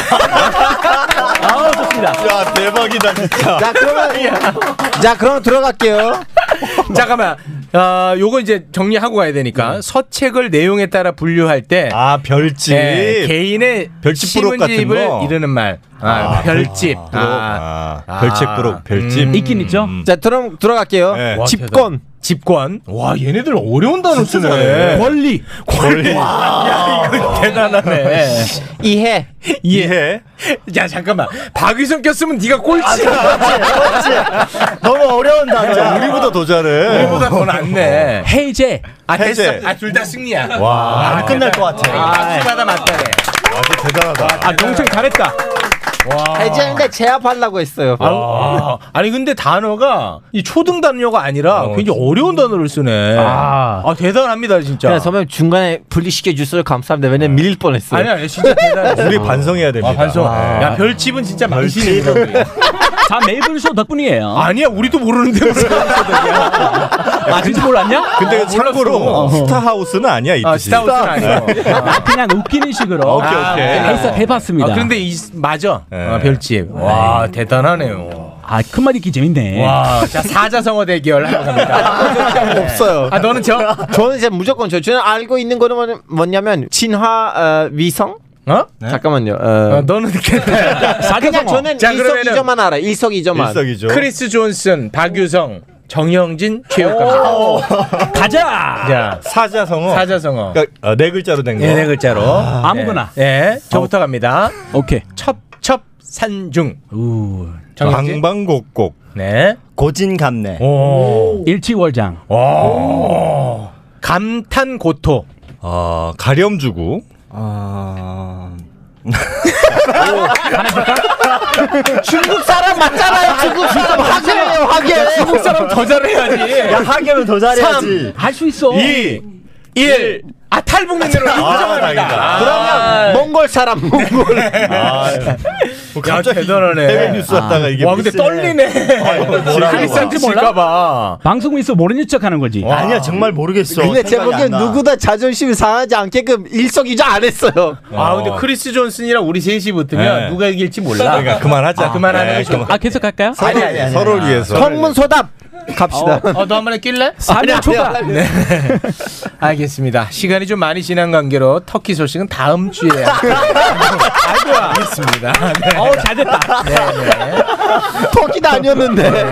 S11: 아, 좋습니다.
S9: 야, 대박이다, 진짜.
S12: 자, 그러면 자, 그럼 들어갈게요.
S13: 잠깐만. 아, 요거 이제 정리하고 가야 되니까 서책을 내용에 따라 분류할 때 아,
S9: 네. 별집.
S13: 개인의
S9: 별집 부록 같은
S13: 신혼집을
S9: 거.
S13: 이르는 말. 아,
S9: 아,
S13: 별집. 음.
S9: 부록. 아, 별집 부록, 별집.
S11: 음. 있긴 있죠.
S12: 자, 들어 들어갈게요.
S13: 와,
S12: 집권.
S13: 집권. 네. 와, 얘네들 어려운 단어 쓰네.
S11: 권리.
S13: 권리. 야, 이거 대단하네.
S12: 이해.
S9: 이해.
S13: 야, 잠깐만. 박유성 꼈으면 네가 꼴찌야.
S12: 너무 어려운
S9: 진짜 우리보다 더 잘해.
S13: 우리보다 더 낫네.
S11: 해제.
S13: 아, 됐어.
S9: 해제.
S13: 아, 둘 다 승리야.
S9: 와.
S13: 아,
S9: 끝날
S13: 대단하다.
S9: 것 같아.
S13: 아, 박수받아 맞다네.
S9: 아주 대단하다.
S13: 아, 동생
S11: 잘했다.
S12: 해제하는데 제압하려고 했어요.
S13: 아, 아니 근데 단어가 이 초등 단어가 아니라 굉장히 어려운 단어를 쓰네. 아,
S12: 아.
S13: 대단합니다 진짜.
S12: 그냥 선배님 중간에 분리시켜 주셔서 감사합니다. 왜냐면 밀릴 뻔했어요.
S13: 아니 아니 진짜 대단해.
S9: 우리 반성해야 됩니다.
S13: 아, 반성.
S9: 아.
S13: 야 별집은 진짜 망신이에요.
S11: 다 메이블쇼 덕분이에요.
S13: 아니야 우리도 모르는데 무슨
S11: 아, 진짜 몰랐냐?
S9: 근데 참고로 스타하우스는 아니야 이 뜻이.
S13: 아, 스타우스는 아니고.
S11: 아, 그냥 웃기는 식으로.
S9: 오케이, 오케이. 네.
S11: 해서 해봤습니다. 네.
S13: 아, 그런데 이 맞아. 아, 별집. 와 대단하네요.
S11: 아, 큰 말 있기 재밌네.
S13: 와, 자 사자성어 대결 하러 갑니다.
S12: 없어요.
S13: 아 너는 저
S12: 저는 이제 무조건 저 저는 알고 있는 거는 뭐냐- 뭐냐면 진화 어, 위성.
S13: 어?
S12: 잠깐만요. 어.
S13: 너는
S12: 그냥 저는
S13: 자, 그러면은
S12: 일석이조만 알아. 일석이조만.
S13: 크리스 존슨, 박유성, 정영진, 최욱갑니다.
S11: 가자.
S13: 자,
S9: 사자성어.
S13: 사자성어.
S9: 그러니까, 어, 네 글자로 된 거.
S13: 예, 네 글자로.
S9: 아.
S11: 아무거나.
S13: 예, 예, 저부터 갑니다.
S11: 오케이.
S13: 첩첩 산중.
S11: 우.
S13: 정영진.
S9: 방방곡곡.
S13: 네.
S14: 고진감래.
S13: 오.
S11: 일치월장.
S13: 오. 감탄 고토.
S9: 어, 가렴주구.
S12: 아.
S14: 어...
S12: 중국 사람 맞잖아요. 중국 사람 하게요,
S11: 아,
S12: 하게.
S11: 예.
S13: 중국 사람 더 잘해야지.
S14: 야, 하기면 더 잘해야지.
S11: 할 수 있어.
S13: 2 1 아, 탈북민 대로 인정합니다. 아.
S9: 다행이다.
S12: 그러면 몽골 사람 몽골.
S9: 뭐
S13: 야,
S9: 갑자기
S13: 대단하네. 아.
S9: 해외
S11: 아.
S9: 뉴스 왔다가 이게 아,
S13: 와, 근데 떨리네. 크리스한테 질까봐.
S11: 방송에서 모르는 척 하는 거지.
S14: 아니야 정말 모르겠어.
S12: 근데 제
S14: 생각이
S12: 보기엔
S14: 안 나.
S12: 누구다 자존심이 상하지 않게끔 일석이조 안 했어요.
S13: 아, 근데 크리스 존슨이랑 우리 셋이 붙으면
S9: 네.
S13: 누가 이길지 몰라.
S9: 그러니까 그만하자.
S13: 아, 그만하는
S9: 네,
S13: 게 좋-
S9: 그만.
S11: 아, 계속 할까요?
S14: 아니 아니 아니.
S9: 서로를 위해서.
S12: 성문소답. 갑시다.
S13: 어, 너 한 번에 낄래?
S12: 사면
S13: 아니야,
S12: 초과.
S13: 아니야, 아니야. 네. 알겠습니다. 시간이 좀 많이 지난 관계로 터키 소식은 다음 주에 알고 알겠습니다.
S11: 네.
S13: 어우 잘됐다.
S9: 네,
S12: 터키도 아니었는데.
S13: 네.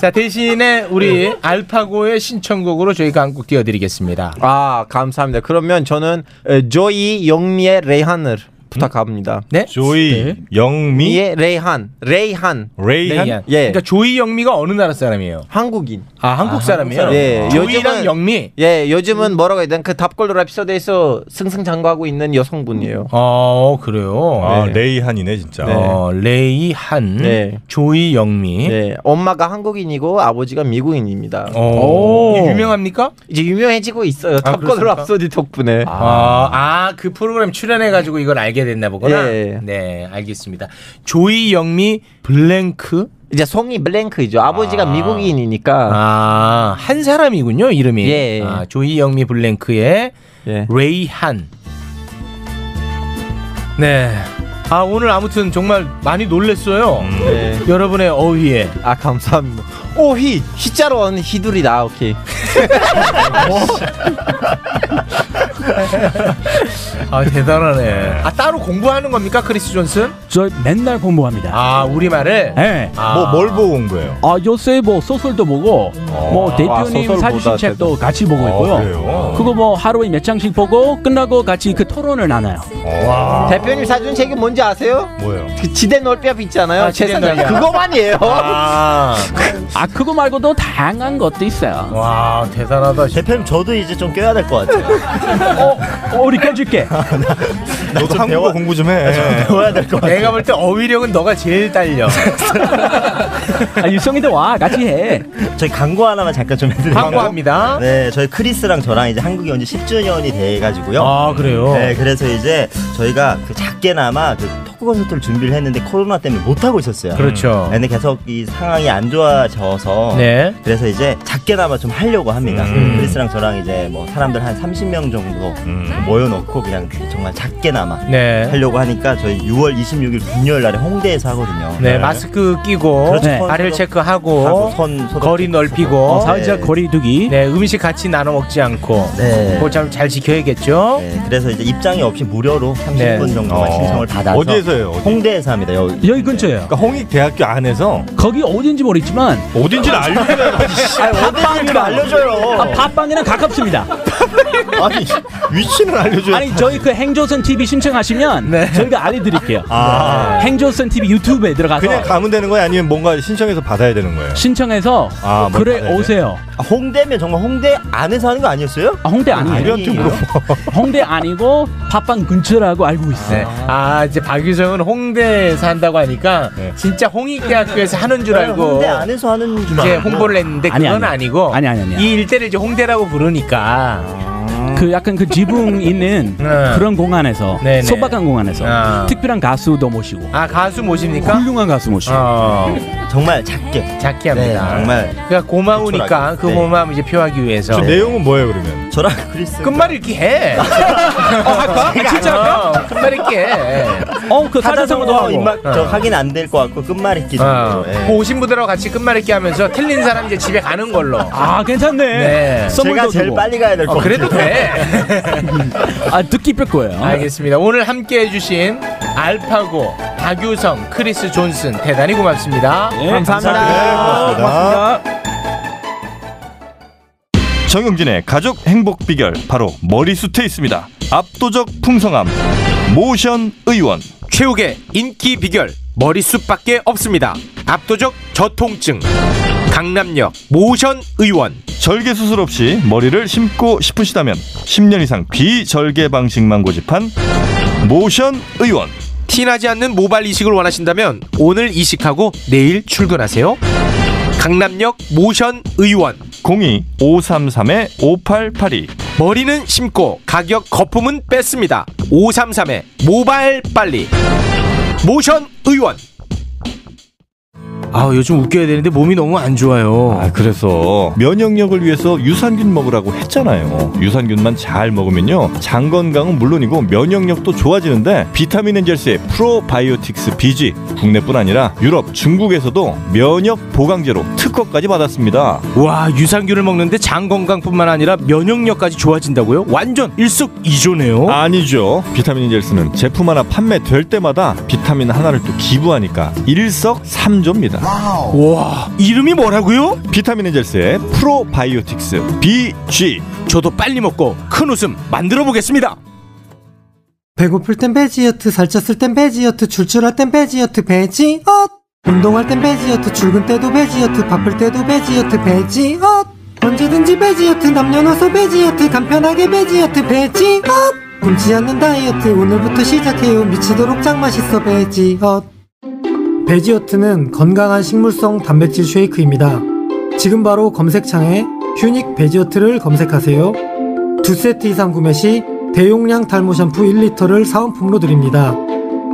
S13: 자 대신에 우리 알파고의 신청곡으로 저희가 한 곡 띄워드리겠습니다.
S12: 아 감사합니다. 그러면 저는 에, 조이 영미의 레이한을 부탁합니다.
S13: 네?
S9: 조이 영미
S12: 의 레이한 레이한
S9: 레이한?
S12: 예.
S13: 그러니까 조이 영미가 어느 나라 사람이에요?
S12: 한국인.
S13: 아 한국 사람이에요?
S12: 예,
S13: 조이랑 영미.
S12: 예, 요즘은 뭐라고 해야 되나 그 답골도 랩소드에서 승승장구하고 있는 여성분이에요.
S13: 어 그래요.
S9: 아 레이한이네 진짜.
S13: 어, 레이한,
S12: 네.
S13: 조이 영미.
S12: 네, 엄마가 한국인이고 아버지가 미국인입니다.
S13: 오. 이게 유명합니까?
S12: 이제 유명해지고 있어요.
S13: 아,
S12: 탑골
S13: 그렇습니까?
S12: 랍소디 덕분에.
S13: 아그 프로그램 출연해가지고 이걸 알게 됐나 보구나.
S12: 예.
S13: 네 알겠습니다. 조이 영미 블랭크
S12: 이제 성이 블랭크이죠. 아버지가 미국인이니까
S13: 아한 사람이군요 이름이.
S12: 예.
S13: 아, 조이 영미 블랭크의 레이한. 네. 아 오늘 아무튼 정말 많이 놀랬어요.
S12: 음, 네.
S13: 여러분의 어휘에.
S12: 아 감사합니다. 오희 희자로 온 희둘이다. 오케이.
S13: 아 대단하네. 아 따로 공부하는 겁니까 크리스 존슨?
S11: 저 맨날 공부합니다.
S13: 아 우리 말을.
S11: 네.
S13: 아.
S12: 뭐,
S9: 뭐, 보고 공부해요?
S11: 아 요새 뭐 소설도 보고 뭐
S9: 아,
S11: 대표님
S9: 소설보다
S11: 사주신 책도 같이 보고
S9: 아,
S11: 있고요.
S9: 그래요?
S11: 그거 뭐 하루에 몇 장씩 보고 끝나고 같이 그 토론을 나눠요.
S13: 아.
S12: 대표님 사준 책이 뭔지 아세요?
S9: 뭐예요?
S12: 그 지대 넓이 앞 있잖아요.
S11: 아, 지대
S12: 재산장
S11: 넓이 앞.
S12: 그거만이에요.
S13: 아.
S11: 아 그거 말고도 다양한 것도 있어요.
S13: 와 대단하다.
S10: 대표님 저도 이제 좀 껴야 될 것 같아요.
S11: 어, 우리 껴줄게.
S13: 아,
S9: 너도 한국어 공부 좀 해.
S10: 아, 배워야 될 것 같아.
S13: 네. 내가 볼 때 어휘력은 너가 제일 딸려.
S11: 아, 유성이도 와 같이 해.
S10: 저희 광고 하나만 잠깐 좀 해드릴게요.
S13: 광고합니다.
S10: 네, 저희 크리스랑 저랑 이제 한국에 온 지 10주년이 돼가지고요.
S13: 아, 그래요?
S10: 네, 그래서 이제 저희가 그 작게나마 그 토크 콘서트를 준비를 했는데 코로나 때문에 못 하고 있었어요.
S13: 그렇죠.
S10: 네, 근데 계속 이 상황이 안 좋아져서
S13: 네. 음.
S10: 그래서 이제 작게나마 좀 하려고 합니다. 음. 크리스랑 저랑 이제 뭐 사람들 한 30명 정도 모여놓고 그냥 정말 작게나마
S13: 음. 네.
S10: 하려고 하니까 저희 6월 26일 금요일 날에 홍대에서 하거든요.
S13: 네, 마스크 끼고
S10: 그렇죠.
S13: 네. 발열
S10: 하고
S13: 체크하고
S10: 손 소독
S13: 거리 넓히고
S10: 어, 사회적 네.
S11: 거리두기.
S13: 네, 음식 같이 나눠 먹지 않고
S10: 네.
S13: 그거 참 잘 지켜야겠죠.
S10: 그래서 이제 입장이 없이 무료로 30분
S13: 네.
S10: 정도만
S13: 어.
S10: 신청을 받아서
S9: 어디에서 해요? 어디?
S10: 홍대에서 합니다. 여기
S11: 여기
S13: 네.
S11: 근처예요.
S9: 그러니까 홍익대학교 안에서
S11: 거기 어딘지 모르겠지만
S9: 어딘지는 알려줘요.
S10: 좀 알려줘요.
S11: 아, 팟빵이랑 가깝습니다.
S10: 아니
S9: 위치는 알려줘요.
S11: 아니 저희 그 행조선 TV 신청하시면 저희가 알려드릴게요.
S9: 아.
S11: 행조선 TV 유튜브에 들어가서
S9: 그냥 가면 되는 거예요? 아니면 뭔가 신청해서 받아야 되는 거예요?
S11: 신청해서
S9: 아, 뭐
S11: 그래
S9: 받아야
S11: 오세요.
S10: 아, 홍대면 정말 홍대 안에서 하는 거 아니었어요?
S11: 아, 홍대 아니에요.
S9: 아니한테 물어봐.
S11: 홍대 아니고 팟빵 근처라고 알고 있어요.
S13: 아, 이제 박유성은 홍대에서 한다고 하니까 진짜 홍익대학교에서 하는 줄 알고
S10: 네. 홍대 안에서 하는 줄
S13: 이제
S10: 알고
S13: 홍보를 했는데
S11: 아니,
S13: 그건
S11: 아니.
S13: 아니, 고
S11: 아니, 아니, 아니야.
S13: 이 일대를 이제 홍대라고 부르니까
S11: 그 약간 그 지붕 있는 그런 공간에서
S13: 네, 네.
S11: 소박한 공간에서
S13: 아.
S11: 특별한 가수도 모시고
S13: 아 가수 모십니까?
S11: 훌륭한 가수 모시고
S13: 어,
S10: 정말 작게
S13: 작게 합니다.
S10: 네, 정말.
S13: 그러니까 고마우니까
S10: 초라하게.
S13: 그
S10: 네.
S13: 고마움 이제 표하기 위해서
S9: 저 내용은 뭐예요 그러면?
S10: 저랑 크리스
S13: 끝말 읽기 해. 어,
S11: 아, 진짜 할까?
S13: 끝말 읽기 해.
S11: 어그 사자성어도
S10: 사자성어
S11: 하고
S10: 뭐 입맛 저 하긴 안 될 것 같고 끝말잇기 정도. 예.
S13: 그 오신 분들하고 같이 끝말 읽기 하면서 틀린 사람 이제 집에 가는 걸로.
S11: 아 괜찮네.
S13: 네.
S10: 제가
S11: 선물도
S10: 제일
S11: 주고.
S10: 빨리 가야 될 것
S13: 어, 그래도
S10: 같아요.
S13: 돼.
S11: 아 듣기 뺄 거예요.
S13: 알겠습니다. 오늘 함께 해주신 알파고, 박유성, 크리스 존슨 대단히 고맙습니다.
S11: 예,
S10: 감사합니다. 네,
S11: 고맙습니다.
S9: 정용진의 가족 행복 비결 바로 머리숱에 있습니다. 압도적 풍성함 모션 의원
S8: 최욱의 인기 비결 머리숱밖에 없습니다. 압도적 저통증 강남역 모션 의원
S9: 절개 수술 없이 머리를 심고 싶으시다면 10년 이상 비절개 방식만 고집한 모션 의원
S8: 티나지 않는 모발 이식을 원하신다면 오늘 이식하고 내일 출근하세요. 강남역 모션 의원
S9: 02 533의 5882
S8: 머리는 심고 가격 거품은 뺐습니다. 533의 모발 빨리 모션 의원
S13: 아 요즘 웃겨야 되는데 몸이 너무 안 좋아요.
S9: 아, 그래서 면역력을 위해서 유산균 먹으라고 했잖아요. 유산균만 잘 먹으면요. 장 건강은 물론이고 면역력도 좋아지는데 비타민 엔젤스의 프로바이오틱스 BG 국내뿐 아니라 유럽, 중국에서도 면역 보강제로 특허까지 받았습니다.
S13: 와 유산균을 먹는데 장 건강뿐만 아니라 면역력까지 좋아진다고요? 완전 일석이조네요.
S9: 아니죠. 비타민 인젤스는 제품 하나 판매될 때마다 비타민 하나를 또 기부하니까 일석삼조입니다.
S13: 와 이름이 뭐라고요?
S9: 비타민 인젤스의 프로바이오틱스 BG.
S13: 저도 빨리 먹고 큰 웃음 만들어 보겠습니다.
S15: 배고플 땐 베지어트, 살쪘을 땐 베지어트, 출출할 땐 베지어트, 베지엇! 운동할 땐 베지어트, 출근 때도 베지어트, 바쁠 때도 베지어트, 베지엇! 언제든지 베지어트, 남녀노소 베지어트, 간편하게 베지어트, 베지엇! 굶지 않는 다이어트, 오늘부터 시작해요. 미치도록 짱 맛있어, 베지엇! 베지어트는 건강한 식물성 단백질 쉐이크입니다. 지금 바로 검색창에 휴닉 베지어트를 검색하세요. 두 세트 이상 구매 시 대용량 탈모 샴푸 1리터를 사은품으로 드립니다.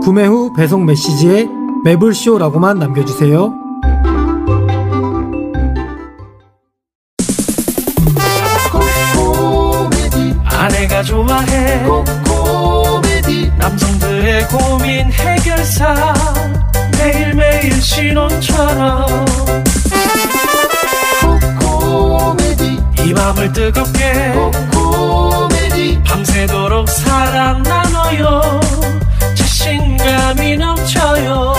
S15: 구매 후 배송 메시지에 매불쇼라고만 남겨주세요.
S7: 아내가 좋아해 코미디 남성들의 고민 해결사 매일매일 신혼처럼 코미디 이 맘을 뜨겁게 코미디 밤새도록 사랑 나눠요 자신감이 넘쳐요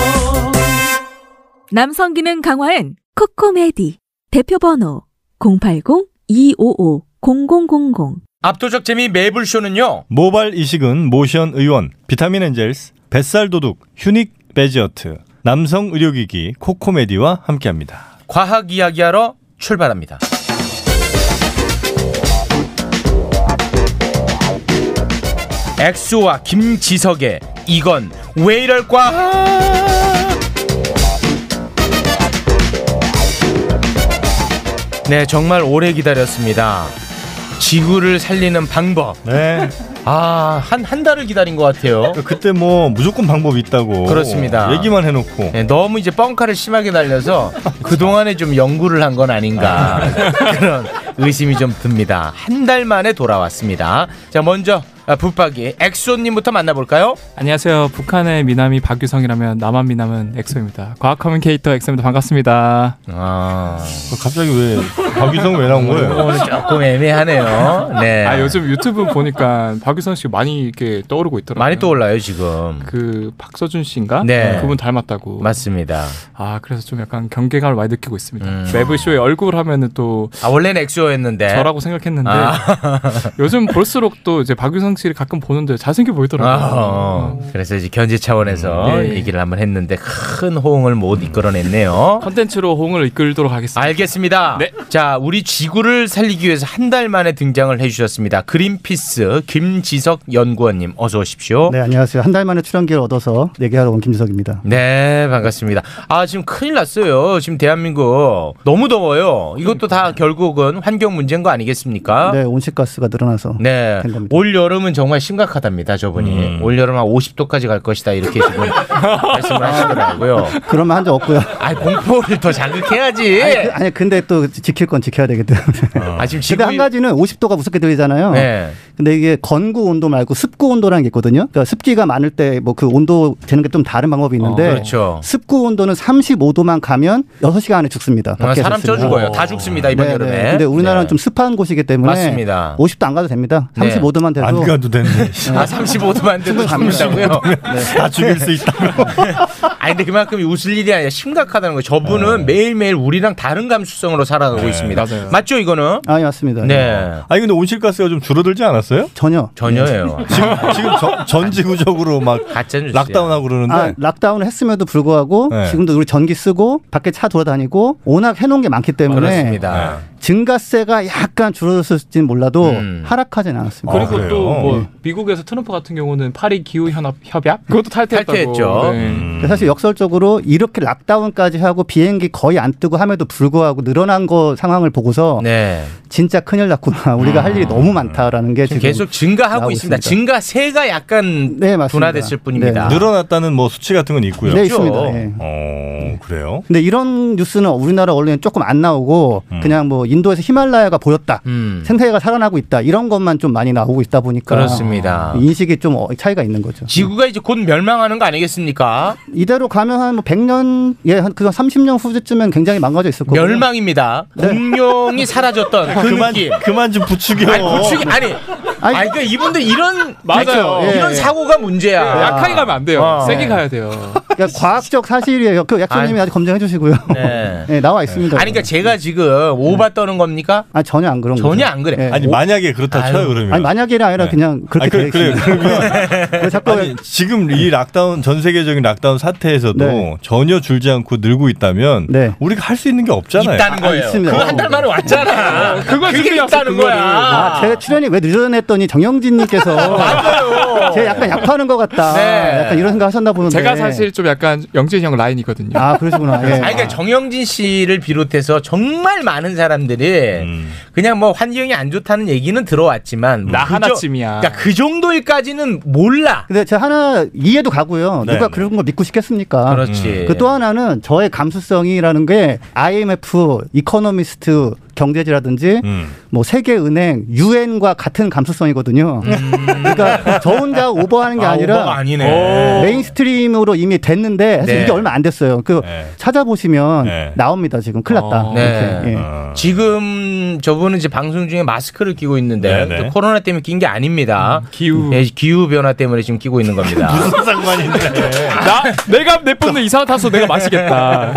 S16: 남성 기능 강화엔 코코메디 대표 번호 080-255-0000
S13: 압도적 재미 매불쇼는요.
S9: 모발 이식은 모션 의원, 비타민 엔젤스, 뱃살 도둑, 휴닉 베지어트, 남성 의료기기 코코메디와 함께합니다.
S13: 과학 이야기하러 출발합니다. 엑소와 김지석의 이건 왜 이럴까? 네, 정말 오래 기다렸습니다. 지구를 살리는 방법.
S9: 네.
S13: 아, 한, 한 달을 기다린 것 같아요.
S9: 그때 뭐, 무조건 방법이 있다고.
S13: 그렇습니다.
S9: 얘기만 해놓고.
S13: 네, 너무 이제 뻥카를 심하게 날려서 그동안에 좀 연구를 한 건 아닌가. 그런 의심이 좀 듭니다. 한 달 만에 돌아왔습니다. 자, 먼저, 아, 붙박이 엑소님부터 만나볼까요?
S17: 안녕하세요. 북한의 미남이 박유성이라면 남한 미남은 엑소입니다. 과학 커뮤니케이터 엑소입니다. 반갑습니다.
S13: 아,
S9: 어, 갑자기 왜 박유성 왜 나온 거예요?
S13: 오늘 조금 애매하네요. 네.
S17: 아 요즘 유튜브 보니까 박유성 씨 많이 이렇게 떠오르고 있더라고요.
S13: 많이 떠올라요 지금.
S17: 그 박서준 씨인가?
S13: 네.
S17: 그분 닮았다고.
S13: 맞습니다. 음.
S17: 아 그래서 좀 약간 경계감을 많이 느끼고 있습니다. 매블 쇼에 얼굴 하면은 또.
S13: 아 원래는 엑소였는데.
S17: 저라고 생각했는데
S13: 아.
S17: 요즘 볼수록 또 이제 박유성 씨를 가끔 보는데 잘생겨 보이더라고요.
S13: 아, 어. 그래서 이제 견제 차원에서
S17: 음, 네.
S13: 얘기를 한번 했는데 큰 호응을 못 이끌어냈네요.
S17: 컨텐츠로 호응을 이끌도록 하겠습니다. 네.
S13: 알겠습니다. 자, 우리 지구를 살리기 위해서 한 달 만에 등장을 해주셨습니다. 그린피스 김지석 연구원님 어서 오십시오.
S18: 네, 안녕하세요. 한 달 만에 출연기를 얻어서 얘기하러 온 김지석입니다.
S13: 네, 반갑습니다. 아, 지금 큰일 났어요. 지금 대한민국 너무 더워요. 이것도 다 결국은 환경 문제인 거 아니겠습니까?
S18: 네, 온실가스가 늘어나서
S13: 네. 올 여름은 정말 심각하답니다. 저분이 올 여름 한 50도까지 갈 것이다 이렇게 지금 말씀을 하시더라고요.
S18: 그러면 한 적 없고요.
S13: 아, 공포를 더 자극해야지.
S18: 아니, 그- 아니, 근데 또 지킬 건 지켜야 되기 때문에.
S13: 아, 지금
S18: 근데 한 가지는 50도가 무섭게 들리잖아요.
S13: 네.
S18: 근데 이게 건구 온도 말고 습구 온도라는 게 있거든요. 그러니까 습기가 많을 때 뭐 그 온도 재는 게 좀 다른 방법이 있는데
S13: 어, 그렇죠.
S18: 습구 온도는 35도만 가면 6시간 안에 죽습니다.
S13: 아,
S18: 밖에서
S13: 사람 쪄
S18: 있으면.
S13: 죽어요. 다 죽습니다 이번
S18: 네,
S13: 여름에.
S18: 네. 근데 우리나라는 좀 습한 곳이기 때문에
S13: 맞습니다.
S18: 50도 안 가도 됩니다.
S13: 네.
S18: 35도만 돼도
S13: 안 가도
S9: 되네.
S13: 아, 35도만 돼도 죽는다고요? 네.
S9: 다 죽일 수 있다.
S13: 아니 근데 그만큼 웃을 일이 아니라 심각하다는 거예요. 저분은 매일매일 우리랑 다른 감수성으로 살아가고 있습니다. 맞죠 이거는?
S18: 아, 예, 맞습니다.
S13: 네.
S9: 아니 근데 온실가스가 좀 줄어들지 않았어요?
S18: 전혀.
S13: 전혀예요.
S9: 지금 지금 전- 전 지구적으로 막 락다운하고 그러는데
S18: 아, 락다운을 했음에도 불구하고
S9: 네.
S18: 지금도 우리 전기 쓰고 밖에 차 돌아다니고 워낙 해놓은 게 많기 때문에
S13: 그렇습니다.
S9: 네.
S18: 증가세가 약간 줄어들었을지는 몰라도
S13: 음.
S18: 하락하진 않았습니다.
S9: 아,
S17: 그리고 또
S9: 음.
S17: 뭐 미국에서 트럼프 같은 경우는 파리 기후 현업 협약 그것도 탈퇴했다고. 네.
S9: 음.
S13: 음.
S18: 근데 사실 역설적으로 이렇게 락다운까지 하고 비행기 거의 안 뜨고 함에도 불구하고 늘어난 거 상황을 보고서
S13: 네.
S9: 아.
S18: 진짜 큰일 났구나. 우리가 할 일이 너무 많다라는 게 지금 지금
S13: 계속 증가하고
S18: 나오고
S13: 있습니다.
S18: 있습니다.
S13: 증가세가 약간 둔화됐을 뿐입니다. 그렇죠.
S9: 늘어났다는 뭐 수치 같은 건 있고요.
S18: 네, 있습니다. 예.
S9: 어, 그래요?
S18: 근데 이런 뉴스는 우리나라 언론에 조금 안 나오고 그냥 뭐 인도에서 히말라야가 보였다, 생태계가 살아나고 있다 이런 것만 좀 많이 나오고 있다 보니까
S13: 그렇습니다.
S18: 그러니까. 인식이 좀 어- 차이가 있는 거죠.
S13: 지구가 이제 곧 멸망하는 거 아니겠습니까?
S18: 이대로 가면 한 뭐 100년 예한그 30년 후쯤엔 굉장히 망가져 있을 거고
S13: 멸망입니다. 공룡이 사라졌던 그
S18: 그만-
S13: 느낌.
S9: 그만 좀 부추겨.
S13: 아니, 부추기, 아니, 아니, 그러니까 이분들 이런 그렇죠.
S18: 맞아요. 예,
S13: 이런
S18: 예.
S13: 사고가 문제야.
S18: 예, 약하게
S17: 가면 안 돼요.
S18: 어.
S17: 세게
S18: 네.
S17: 가야 돼요.
S18: 그러니까 과학적 사실이에요. 그 약수님이 아직 검증해 주시고요.
S13: 네.
S18: 네, 나와 있습니다.
S13: 아니 그러니까 제가 지금 오바 떠는 겁니까?
S18: 아 전혀 안 그런 거죠. 네.
S13: 전혀 안 그래.
S9: 아니 만약에 그렇다 쳐요 그러면.
S18: 아니 만약이 아니라 그냥 그렇게
S9: 아,
S18: 돼
S9: 그, 그래요.
S18: 있습니다. 네,
S9: 그러면 아니, 지금 이 락다운 전 세계적인 락다운 사태에서도
S18: 네.
S9: 전혀 줄지 않고 늘고 있다면 우리가 할 수 있는 게 없잖아요.
S13: 있다는 거예요. 그거 한 달 만에 왔잖아. 그거
S9: 그게
S13: 준비했다는 거야.
S18: 아, 제 출연이 왜 늦어졌더니 정영진님께서 제 약간 약화하는 것 같다.
S17: 네.
S18: 약간 이런 생각 하셨나 보는데.
S17: 제가 사실 좀 약간 영진 형 라인이거든요.
S18: 아 그러시구나.
S13: 아니, 그러니까 정영진 씨를 비롯해서 정말 많은 사람들이 그냥 뭐 환경이 안 좋다는 얘기는 들어왔지만
S17: 나
S13: 그 저-
S17: 하나쯤이야.
S13: 그러니까 그 정도일까지는 몰라.
S18: 아. 근데 제가 하나 이해도 가고요.
S13: 네,
S18: 누가
S13: 네.
S18: 그런 걸 믿고 싶겠습니까?
S13: 그렇지.
S18: 그 또 하나는 저의 감수성이라는 게 IMF, 이코노미스트, 경제지라든지
S13: 음.
S18: 뭐 세계은행, 유엔과 같은 감수성이거든요. 그러니까 저 혼자 오버하는 게
S13: 음. 아,
S18: 아니라
S13: 오버가 아니네.
S18: 오. 메인스트림으로 이미 됐는데 사실
S13: 네.
S18: 이게 얼마 안 됐어요. 그 찾아보시면 나옵니다. 지금 큰일 났다.
S13: 네.
S18: 이렇게. 예.
S13: 지금 저분은 이제 방송 중에 마스크를 끼고 있는데
S18: 네, 네.
S13: 또 코로나 때문에 낀 게 아닙니다. 기후 기후 변화 때문에 지금 끼고 있는 겁니다.
S9: 무슨
S13: 네.
S9: 상관인데?
S17: 나 내가 내 뿜는 이산화탄소 내가 마시겠다.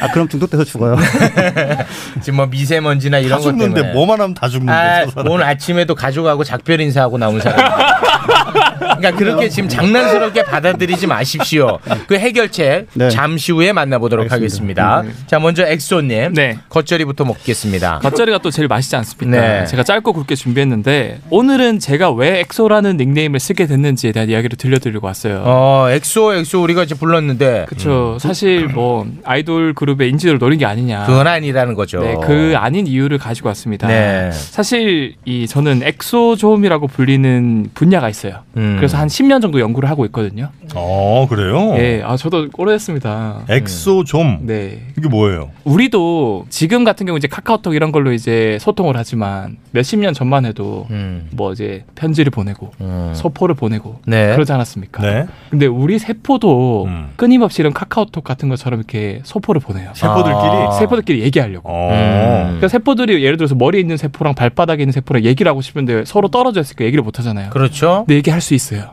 S18: 아 그럼 중독돼서 죽어요.
S13: 지금 뭐 미세먼지나 이런 것
S9: 죽는데
S13: 때문에
S9: 뭐만 하면 다 죽는데,
S13: 아,
S9: 저 사람.
S13: 오늘 아침에도 가족하고 작별 인사하고 나온 사람. 그러니까 그렇게 지금 장난스럽게 받아들이지 마십시오. 그 해결책
S17: 네.
S13: 잠시 후에 만나보도록
S17: 알겠습니다.
S13: 하겠습니다.
S9: 네,
S13: 자 먼저 엑소님
S17: 네.
S13: 겉절이부터 먹겠습니다.
S17: 겉절이가 또 제일 맛있지 않습니까?
S13: 네.
S17: 제가 짧고 굵게 준비했는데 오늘은 제가 왜 엑소라는 닉네임을 쓰게 됐는지에 대한 이야기를 들려드리고 왔어요.
S13: 어 엑소 엑소 우리가 이제 불렀는데
S17: 그렇죠. 사실 뭐 아이돌 그룹의 인지도를 노린 게 아니냐.
S13: 어. 그건 아니라는 거죠.
S17: 네, 그 아닌 이유를 가지고 왔습니다.
S13: 네.
S17: 사실 이 저는 엑소조음이라고 불리는 분야가 있어요.
S13: 음.
S17: 그래서 한 10년 정도 연구를 하고 있거든요.
S9: 어 그래요?
S17: 예, 아 저도 오래됐습니다.
S9: 엑소좀.
S17: 네.
S9: 이게 뭐예요?
S17: 우리도 지금 같은 경우 이제 카카오톡 이런 걸로 이제 소통을 하지만 몇십 년 전만 해도
S9: 음.
S17: 뭐 이제 편지를 보내고
S13: 음,
S17: 소포를 보내고
S13: 네.
S17: 그러지 않았습니까? 근데 우리 세포도 끊임없이 이런 카카오톡 같은 것처럼 이렇게 소포를 보내요.
S9: 음.
S17: 아.
S9: 세포들끼리?
S17: 세포들끼리 얘기하려고.
S9: 음.
S17: 그러니까 세포들이 예를 들어서 머리에 있는 세포랑 발바닥에 있는 세포랑 얘기를 하고 싶은데 서로 떨어져 있으니까 얘기를 못 하잖아요.
S13: 그렇죠.
S17: 근데 얘기할 수 있어요.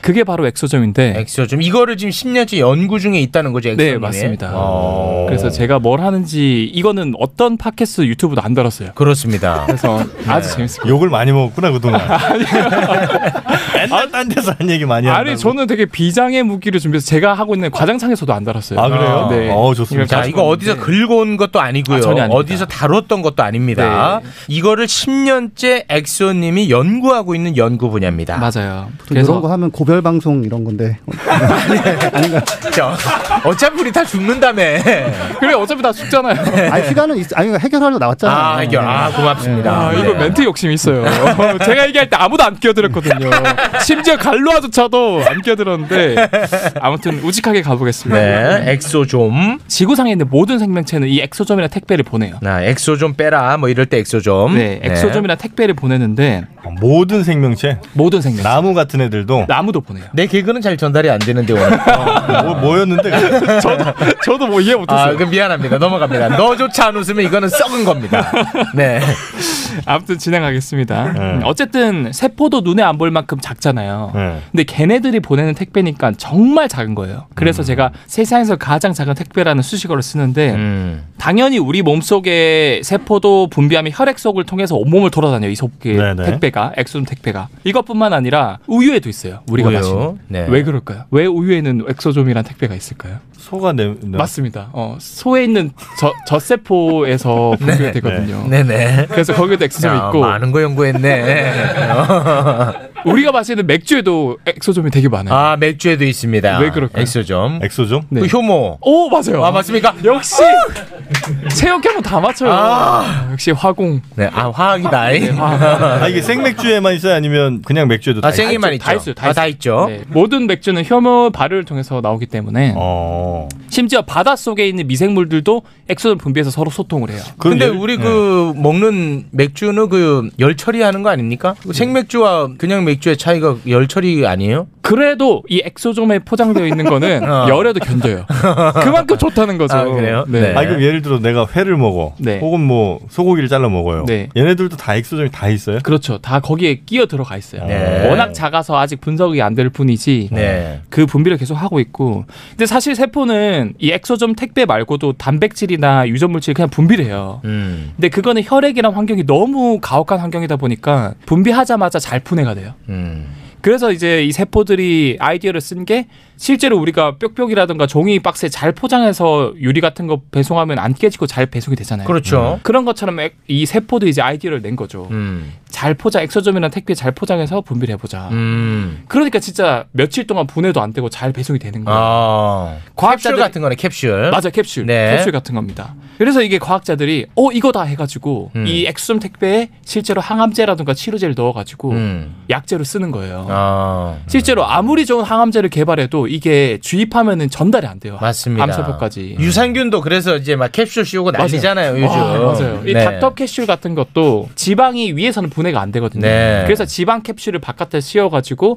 S17: 그게 바로 엑소점인데.
S13: 엑소점 이거를 지금 10년째 연구 중에 있다는 거죠. 엑소님이? 어,
S17: 네, 맞습니다.
S9: 어.
S17: 그래서 제가 뭘 하는지 이거는 어떤 팟캐스트 유튜브도 안 달았어요.
S13: 그렇습니다.
S17: 그래서 아주 재밌습니다.
S9: 네. 욕을 많이 먹었구나 그동안. 맨날 딴 데서 한 얘기 많이 한다고.
S17: 아니 저는 되게 비장의 무기를 준비해서 제가 하고 있는 과장창에서도 안 달았어요.
S9: 아, 그래요?
S17: 네.
S9: 어, 좋습니다.
S13: 자, 이거 어디서 긁어온 것도 아니고요.
S17: 아, 전혀 아닙니다. 네.
S13: 어디서 다뤘던 것도 아닙니다. 이거를 10년째 엑소님이 연구하고 있는 연구 분야입니다.
S17: 맞아요.
S18: 이런 거 하면 고별 방송 이런 건데
S13: 어차피 우리 다 죽는다며.
S17: 그래 어차피 다 죽잖아요.
S18: 아 시간은 있, 아니 해결하려 나왔잖아요.
S13: 아, 해결. 아, 고맙습니다. 네.
S17: 아, 이거 멘트 욕심 있어요. 제가 얘기할 때 아무도 안 끼어들었거든요. 심지어 갈로아조차도 안 끼어들었는데 아무튼 우직하게 가보겠습니다.
S13: 네, 엑소좀.
S17: 지구상에 있는 모든 생명체는 이 엑소점이나 택배를 보내요.
S13: 나 아, 엑소 좀 빼라. 뭐 이럴 때 엑소 좀.
S17: 네, 엑소점이나 택배를 보내는데
S9: 아, 모든 생명체,
S17: 모든 생명체,
S9: 나무 같은 애들도
S17: 나무도 보내요.
S13: 내 개그는 잘 전달이 안 되는데 오늘.
S9: 뭐, 뭐였는데?
S17: 저도 저도 뭐 이해
S13: 못했어요. 아, 그 미안합니다. 넘어갑니다. 너조차 안 웃으면 이거는 썩은 겁니다. 네.
S17: 아무튼 진행하겠습니다. 음, 어쨌든 세포도 눈에 안 볼 만큼 작잖아요.
S13: 네.
S17: 근데 걔네들이 보내는 택배니까 정말 작은 거예요.
S13: 음.
S17: 그래서 제가 세상에서 가장 작은 택배라는 수식어를 쓰는데
S13: 음.
S17: 당연히 우리 몸 속의 세포도 분비하면 혈액 속을 통해서 온몸을 돌아다녀 요이 속의
S13: 네네.
S17: 택배가 엑소점 택배가 이것뿐만 아니라 우유에도 있어요. 우리가
S13: 우유.
S17: 마시는.
S13: 네.
S17: 왜 그럴까요? 왜 우유에는 엑소점이란 택배가 있을까요?
S9: 소가 내, 내-
S17: 맞습니다. 어, 소에 있는 저, 젖세포에서 분비가
S13: 네.
S17: 되거든요.
S13: 네. 네네.
S17: 그래서 거기에도 엑소점이
S13: 야,
S17: 있고
S13: 많은 거 연구했네.
S17: 우리가 마시는 맥주에도 엑소점이 되게 많아요.
S13: 아, 맥주에도 있습니다.
S17: 왜 그럴까요?
S13: 엑소점.
S9: 엑소점?
S13: 그 효모.
S17: 오 맞아요.
S13: 아, 맞습니까?
S17: 역시 체육형은 다 맞춰요.
S13: 아.
S17: 역시 화공.
S13: 네, 아 화학이다.
S17: 네, 화학.
S9: 아 이게 생 맥주에만 있어요? 아니면 그냥 맥주에도
S17: 다 있죠. 다 있어요. 다,
S13: 아,
S17: 있죠. 네. 모든 맥주는 혐오 발효를 통해서 나오기 때문에 심지어 바다 속에 있는 미생물들도 엑소를 분비해서 서로 소통을 해요.
S13: 근데 우리
S9: 네.
S13: 그 먹는 맥주는 그 열 처리하는 거 아닙니까?
S17: 네.
S13: 그 생맥주와 그냥 맥주의 차이가 열 처리 아니에요?
S17: 그래도 이 엑소좀에 포장되어 있는 거는
S13: 어.
S17: 열에도 견뎌요. 그만큼 좋다는 거죠. 네.
S9: 아 그럼 예를 들어 내가 회를 먹어,
S17: 네.
S9: 혹은 뭐 소고기를 잘라 먹어요.
S17: 네.
S9: 얘네들도 다 엑소점이 다 있어요?
S17: 그렇죠. 다 거기에 끼어 들어가 있어요.
S9: 네.
S17: 워낙 작아서 아직 분석이 안 될 뿐이지
S9: 네.
S17: 그 분비를 계속 하고 있고 근데 사실 세포는 이 엑소점 택배 말고도 단백질이나 유전물질 그냥 분비를 해요.
S13: 음.
S17: 근데 그거는 혈액이랑 환경이 너무 가혹한 환경이다 보니까 분비하자마자 잘 분해가 돼요.
S13: 음.
S17: 그래서 이제 이 세포들이 아이디어를 쓴 게 실제로 우리가 뾱뾱이라든가 종이 박스에 잘 포장해서 유리 같은 거 배송하면 안 깨지고 잘 배송이 되잖아요. 음.
S13: 그렇죠.
S17: 그런 것처럼 액- 이 세포도 이제 아이디어를 낸 거죠.
S13: 음.
S17: 잘 포장 엑소점이나 택배 잘 포장해서 분비를 해보자.
S13: 음.
S17: 그러니까 진짜 며칠 동안 분해도 안 되고 잘 배송이 되는 거예요.
S13: 아. 캡슐 같은 거네, 캡슐.
S17: 맞아 캡슐
S13: 네.
S17: 캡슐 같은 겁니다. 그래서 이게 과학자들이 어 이거 다 해가지고
S13: 음.
S17: 이 엑소점 택배에 실제로 항암제라든가 치료제를 넣어가지고
S13: 음.
S17: 약제로 쓰는 거예요.
S13: 아.
S17: 실제로 아무리 좋은 항암제를 개발해도 이게 주입하면은 전달이 안 돼요.
S13: 맞습니다. 음.
S17: 암세포까지.
S13: 유산균도 그래서 이제 막 캡슐 씌우고 난리잖아요, 요즘.
S17: 와, 맞아요. 이
S13: 네.
S17: 닥터 캐슐 같은 것도 지방이 위에서는 분해가 안 되거든요.
S13: 네. 음.
S17: 그래서 지방 캡슐을 바깥에 씌워가지고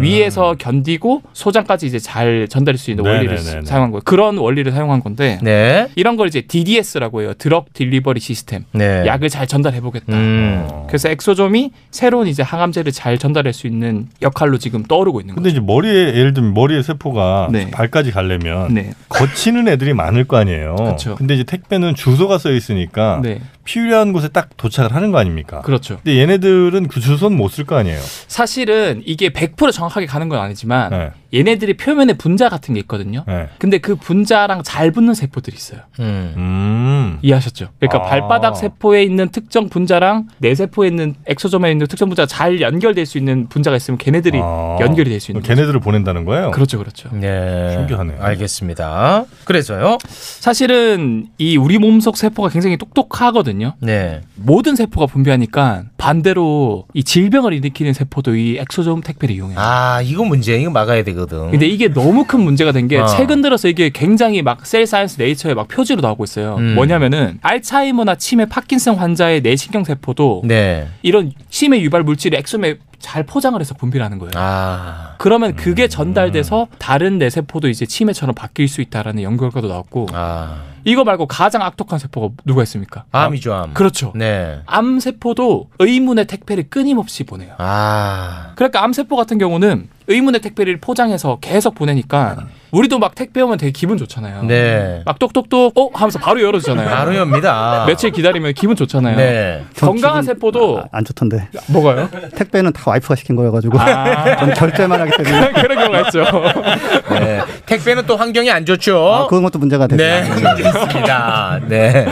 S17: 위에서 견디고 소장까지 이제 잘 전달할 수 있는
S13: 네,
S17: 원리를
S13: 네, 네, 네.
S17: 사용한 거예요. 그런 원리를 사용한 건데
S13: 네.
S17: 이런 걸 이제 DDS라고 해요. 드럭 딜리버리 시스템.
S13: 네.
S17: 약을 잘 전달해 보겠다.
S13: 음.
S9: 어.
S17: 그래서 엑소점이 새로운 이제 항암제를 잘 전달할 수 있는 역할로 지금 떠오르고 있는 거예요.
S9: 근데 이제 머리에 예를 들면 머리에 세포가
S17: 네.
S9: 발까지 가려면
S17: 네.
S9: 거치는 애들이 많을 거 아니에요.
S17: 그쵸.
S9: 근데 이제 택배는 주소가 써 있으니까
S17: 네.
S9: 필요한 곳에 딱 도착을 하는 거 아닙니까?
S17: 그렇죠.
S9: 근데 얘네들은 그 주소는 못 쓸 거 아니에요.
S17: 사실은 이게 100% 정확하게 가는 건 아니지만
S9: 네.
S17: 얘네들이 표면에 분자 같은 게 있거든요.
S9: 네.
S17: 근데 그 분자랑 잘 붙는 세포들이 있어요. 이해하셨죠? 그러니까
S9: 아.
S17: 발바닥 세포에 있는 특정 분자랑 내 세포에 있는 엑소점에 있는 특정 분자가 잘 연결될 수 있는 분자가 있으면 걔네들이 연결이 될 수 있는
S9: 아. 걔네들을 보낸다는 거예요?
S17: 그렇죠, 그렇죠.
S13: 네.
S9: 신기하네.
S13: 알겠습니다. 그래서요?
S17: 사실은 이 우리 몸속 세포가 굉장히 똑똑하거든요.
S13: 네.
S17: 모든 세포가 분비하니까 반대로 이 질병을 일으키는 세포도 이 엑소점 택배를 이용해요.
S13: 아, 이거 문제야. 이거 막아야 되거든.
S17: 네. 근데 이게 너무 큰 문제가 된 게
S13: 어.
S17: 최근 들어서 이게 굉장히 막 셀 사이언스 네이처에 막 표지로 나오고 있어요.
S13: 음.
S17: 뭐냐면은 알츠하이머나 치매, 파킨슨 환자의 뇌신경 세포도
S13: 네.
S17: 이런 치매 유발 물질이 엑소에 잘 포장을 해서 분비하는 거예요.
S13: 아.
S17: 그러면
S13: 음.
S17: 그게 전달돼서 다른 뇌 세포도 이제 치매처럼 바뀔 수 있다라는 연구 결과도 나왔고 이거 말고 가장 악독한 세포가 누가 있습니까?
S13: 아. 암이죠, 암.
S17: 그렇죠.
S13: 네.
S17: 암 세포도 의문의 택배를 끊임없이 보내요.
S13: 아.
S17: 그러니까 암 세포 같은 경우는 의문의 택배를 포장해서 계속 보내니까 우리도 막 택배 오면 되게 기분 좋잖아요.
S13: 네.
S17: 막 똑똑똑 어 하면서 바로 열어주잖아요.
S13: 바로 엽니다.
S17: 며칠 기다리면 기분 좋잖아요.
S13: 네.
S17: 건강한 세포도
S18: 안 좋던데.
S17: 뭐가요?
S18: 택배는 다 와이프가 시킨 거여가지고
S17: 아.
S18: 저는 결제만 하기 때문에
S17: 그런 그런 경우가 있죠.
S13: 네. 택배는 또 환경이 안 좋죠.
S18: 아, 그런 것도 문제가 되죠.
S13: 네, 문제 있습니다. 네.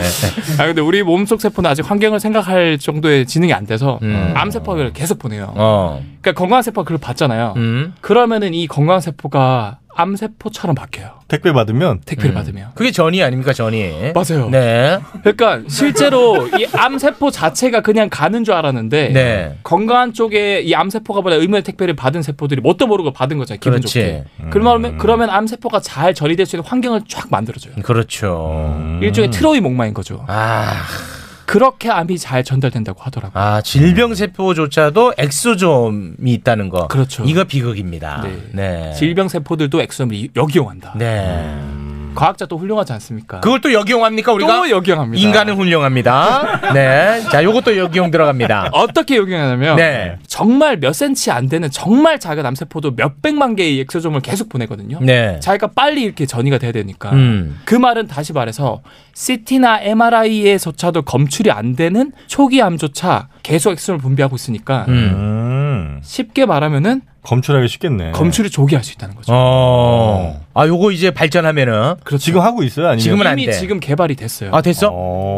S17: 아 근데 우리 몸속 세포는 아직 환경을 생각할 정도의 지능이 안 돼서 암 세포를 계속 보내요.
S13: 음. 어.
S17: 그러니까 건강한 세포가 그걸 봤잖아요.
S13: 음.
S17: 그러면은 이 건강한 세포가 암 세포처럼 바뀌어요.
S9: 택배 받으면
S17: 택배를 받으면.
S13: 음. 그게 전이 아닙니까, 전이?
S17: 맞아요.
S13: 네.
S17: 그러니까 실제로 이 암세포 자체가 그냥 가는 줄 알았는데
S13: 네.
S17: 건강한 쪽에 이 암세포가 보다 의문의 택배를 받은 세포들이 뭣도 모르고 받은 거잖아요. 기분
S13: 그렇지.
S17: 좋게.
S9: 음.
S17: 그러면 그러면 암세포가 잘 처리될 수 있는 환경을 쫙 만들어줘요.
S13: 그렇죠.
S17: 일종의 트로이 목마인 거죠. 그렇게 암이 잘 전달된다고 하더라고요.
S13: 아, 질병 세포조차도 엑소점이 있다는 거. 그렇죠. 이거 비극입니다. 네.
S17: 질병 세포들도 엑소점을 역이용한다. 음.
S13: 네.
S17: 과학자 또 훌륭하지 않습니까?
S13: 그걸 또 역이용합니까 우리가?
S17: 또 역이용합니다.
S13: 인간은 훌륭합니다. 네. 자, 요것도 역이용 들어갑니다.
S17: 어떻게 역이용하냐면
S13: 네.
S17: 정말 몇 센치 안 되는 정말 작은 암세포도 몇 백만 개의 엑소점을 계속 보내거든요.
S13: 네.
S17: 자기가 빨리 이렇게 전이가 돼야 되니까.
S13: 음.
S17: 그 말은 다시 말해서 CT나 MRI에서조차도 검출이 안 되는 초기 암조차 계속 엑소점을 분비하고 있으니까
S13: 음.
S17: 쉽게 말하면은
S9: 검출하기 쉽겠네.
S17: 검출을 조기할 수 있다는 거죠.
S13: 어. 아, 요거 이제 발전하면은
S9: 지금 하고 있어요? 아니면
S13: 지금은 안
S17: 이미
S13: 돼.
S17: 지금 개발이 됐어요.
S13: 아, 됐어?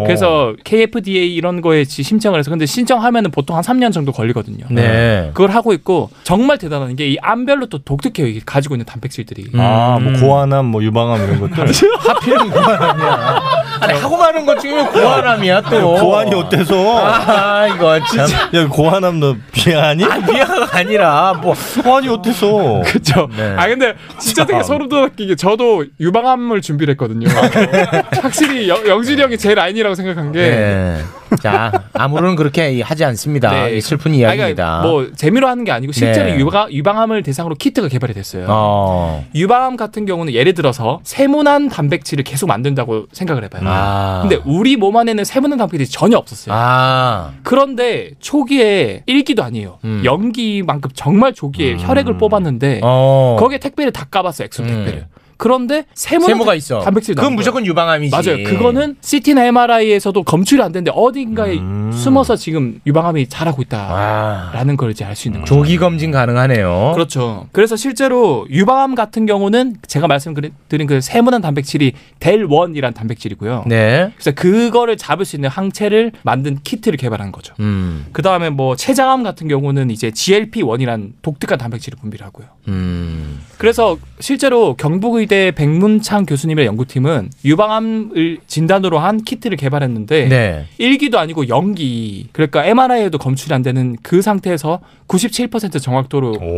S17: 그래서 KFDA 이런 거에 지- 신청을 해서 근데 신청하면은 보통 한 3년 정도 걸리거든요.
S13: 네.
S17: 그걸 하고 있고 정말 대단한 게 이 암별로 또 독특해요. 이게 가지고 있는 단백질들이.
S9: 아,
S13: 음.
S9: 뭐 고환암, 뭐 유방암 이런 것들.
S13: 하필은 고환암이야. 아니 하고 마는 것 중에 고환암이야 또.
S9: 고환이 어때서?
S13: 아 이거 진짜.
S9: 야, 고환암 너 미안하니?
S13: 아, 미안가 아니라 뭐
S9: 고환이 어때서?
S17: 그렇죠.
S13: 네.
S17: 아 근데 진짜 되게
S9: 참. 아,
S17: 소름 돋았긴 게 저도 유방암을 준비를 했거든요. 확실히 영, 영진이 형이 제 라인이라고 생각한 게
S13: 네. 자 아무로는 그렇게 하지 않습니다.
S17: 네.
S13: 이 슬픈
S17: 아니,
S13: 이야기입니다.
S17: 그러니까 뭐 재미로 하는 게 아니고 실제로
S13: 네.
S17: 유방, 유방암을 대상으로 키트가 개발이 됐어요.
S13: 어.
S17: 유방암 같은 경우는 예를 들어서 세모난 단백질을 계속 만든다고 생각을 해봐요.
S13: 아.
S17: 근데 우리 몸 안에는 세모난 단백질이 전혀 없었어요.
S13: 아.
S17: 그런데 초기에 일기도 아니에요.
S13: 음.
S17: 연기만큼 정말 초기에 혈액을 뽑았는데
S13: 어. 음.
S17: 거기에 택배를 다 까봤어요. 엑소 택배를. 그런데 세모난
S13: 세모가
S17: 단-
S13: 있어.
S17: 단백질이
S13: 그건
S17: 나온 거예요.
S13: 무조건 유방암이지.
S17: 맞아요. 그거는 CT나 MRI에서도 검출이 안 되는데 어딘가에
S13: 음.
S17: 숨어서 지금 유방암이 자라고 있다라는 걸 이제 알 수 있는 거죠.
S13: 아. 음. 조기 검진 가능하네요.
S17: 그렇죠. 그래서 실제로 유방암 같은 경우는 제가 말씀드린 그 세모난 단백질이 델원이라는 단백질이고요.
S13: 네.
S17: 그래서 그거를 잡을 수 있는 항체를 만든 키트를 개발한 거죠.
S13: 음.
S17: 그 다음에 뭐 췌장암 같은 경우는 이제 GLP-1이라는 독특한 단백질을 분비를 하고요.
S13: 음.
S17: 그래서 실제로 경북의대 백문창 교수님의 연구팀은 유방암을 진단으로 한 키트를 개발했는데
S13: 네.
S17: 일기도 아니고 연기 그러니까 MRI에도 검출이 안 되는 그 상태에서 97%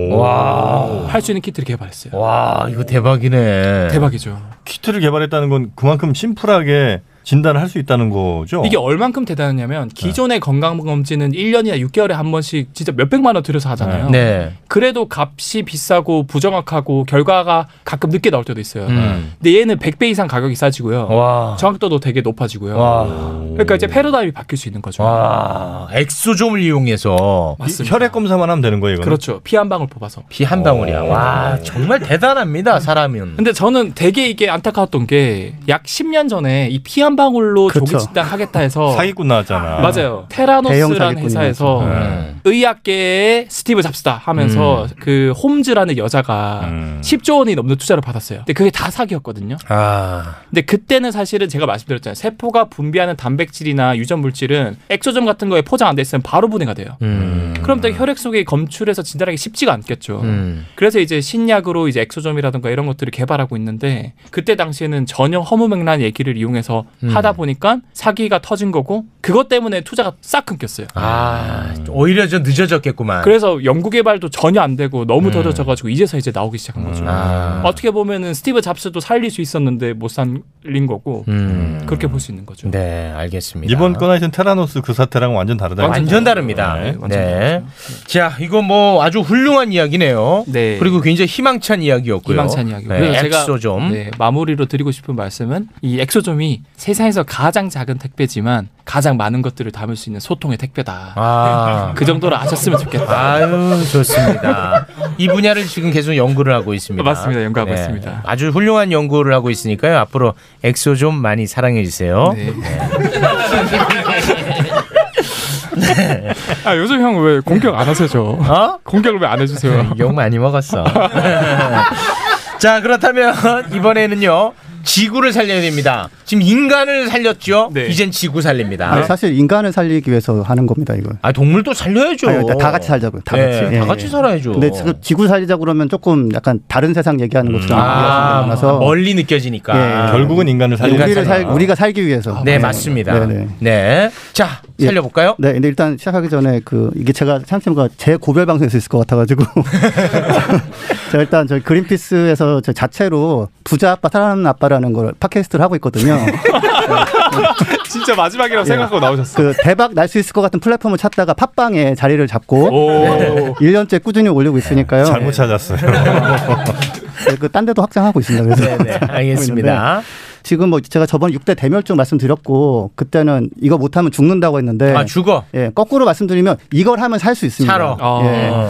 S17: 정확도로 할 수 있는 키트를 개발했어요.
S13: 와 아, 이거 대박이네.
S17: 대박이죠.
S9: 키트를 개발했다는 건 그만큼 심플하게 진단을 할 수 있다는 거죠.
S17: 이게 얼만큼 대단하냐면 기존의 건강검진은 1년이나 6개월에 한 번씩 진짜 몇백만 원 들여서 하잖아요.
S13: 네.
S17: 그래도 값이 비싸고 부정확하고 결과가 가끔 늦게 나올 때도 있어요.
S13: 음.
S17: 근데 얘는 100배 이상 가격이 싸지고요. 정확도도 되게 높아지고요. 그러니까 이제 패러다임이 바뀔 수 있는 거죠.
S13: 와 엑소좀을 이용해서
S17: 맞습니다.
S9: 혈액 검사만 하면 되는 거예요. 이거는?
S17: 그렇죠. 피 한 방울 뽑아서.
S13: 피 한 방울이야. 와 정말 대단합니다 사람은.
S17: 네. 근데 저는 되게 이게 안타까웠던 게 약 10년 전에 이 피 한 방울로 조기 진단 하겠다 해서
S9: 사기꾼 나왔잖아. 네.
S17: 맞아요.
S9: 대형
S17: 테라노스라는
S9: 사기꾼이었죠.
S17: 회사에서
S9: 음.
S17: 의학계의 스티브 잡스다 하면서
S9: 음.
S17: 그 홈즈라는 여자가 10조 원이 넘는 투자를 받았어요. 근데 그게 다 사기였거든요.
S13: 아.
S17: 근데 그때는 사실은 제가 말씀드렸잖아요. 세포가 분비하는 단백질이나 유전 물질은 엑소점 같은 거에 포장 안 돼 있으면 바로 분해가 돼요.
S13: 음.
S17: 그럼 또 혈액 속에 검출해서 진단하기 쉽지가 않겠죠.
S13: 음.
S17: 그래서 이제 신약으로 이제 엑소점이라든가 이런 것들을 개발하고 있는데 그때 당시에는 전혀 허무맹랑한 얘기를 이용해서
S13: 음.
S17: 하다 보니까 사기가 터진 거고 그것 때문에 투자가 싹 끊겼어요.
S13: 아 오히려 좀 늦어졌겠구만.
S17: 그래서 연구 개발도 전혀 안 되고 너무 더뎌져가지고 이제서 이제 나오기 시작한 거죠.
S13: 음. 아.
S17: 어떻게 보면은 스티브 잡스도 살릴 수 있었는데 못 살린 거고
S13: 음.
S17: 그렇게 볼 수 있는 거죠.
S13: 네, 알겠습니다.
S9: 이번 건 하여튼 테라노스 그 사태랑 완전 다르다.
S13: 완전 다릅니다. 네. 자, 이거 뭐 아주 훌륭한 이야기네요.
S17: 네.
S13: 그리고 굉장히 희망찬 이야기였고요.
S17: 희망찬 이야기고
S13: 네,
S17: 그래서 제가
S13: 엑소좀.
S17: 네, 마무리로 드리고 싶은 말씀은 이 엑소점이 세상에서 가장 작은 택배지만 가장 많은 것들을 담을 수 있는 소통의 택배다.
S13: 아.
S17: 그 정도로 아셨으면 좋겠다.
S13: 아유, 좋습니다. 이 분야를 지금 계속 연구를 하고 있습니다. 네.
S17: 맞습니다. 연구하고 있습니다.
S13: 아주 훌륭한 연구를 하고 있으니까요. 앞으로 엑소 좀 많이 사랑해 주세요. 네.
S17: 아 요즘 형 왜 공격 안 하세요? 어? 공격을 왜 안 해주세요?
S13: 욕 많이 먹었어. 자, 그렇다면 이번에는요. 지구를 살려야 됩니다. 지금 인간을 살렸죠.
S17: 네.
S13: 이젠 지구 살립니다.
S18: 아니, 사실 인간을 살리기 위해서 하는 겁니다 이거.
S13: 아 동물도 살려야죠.
S18: 아니, 다 같이 살자고요. 다
S13: 네,
S18: 같이. 예.
S13: 다 같이 살아야죠.
S18: 근데 지금 지구 살리자 그러면 조금 약간 다른 세상 얘기하는 것처럼
S13: 아,
S18: 음. 나서
S13: 멀리 느껴지니까.
S18: 예.
S9: 결국은 인간을 살리는
S18: 우리를
S13: 살리는
S18: 살
S13: 거예요.
S18: 우리가 살기 위해서.
S13: 네, 맞습니다.
S18: 네네.
S13: 네. 자, 살려볼까요?
S18: 네, 근데 일단 시작하기 전에 그 이게 제가 참쌤과 제 고별 방송에서 있을 것 같아가지고 제가 일단 저희 그린피스에서 저 자체로 부자 아빠 살아남는 아빠라는 걸 팟캐스트를 하고 있거든요.
S17: 진짜 마지막이라고 생각하고 나오셨어.
S18: 그 대박 날 수 있을 것 같은 플랫폼을 찾다가 팟빵에 자리를 잡고 네,
S17: 오.
S18: 1년째 꾸준히 올리고 있으니까요. 네.
S9: 잘못 찾았어요.
S18: 그딴 데도 확장하고 있습니다. 그래서
S13: 네네, 알겠습니다.
S18: 하고 있는데 지금 뭐 제가 저번 6대 대멸종 말씀드렸고 그때는 이거 못하면 죽는다고 했는데
S13: 아, 죽어.
S18: 예 거꾸로 말씀드리면 이걸 하면 살 수 있습니다.
S13: 살아. 어.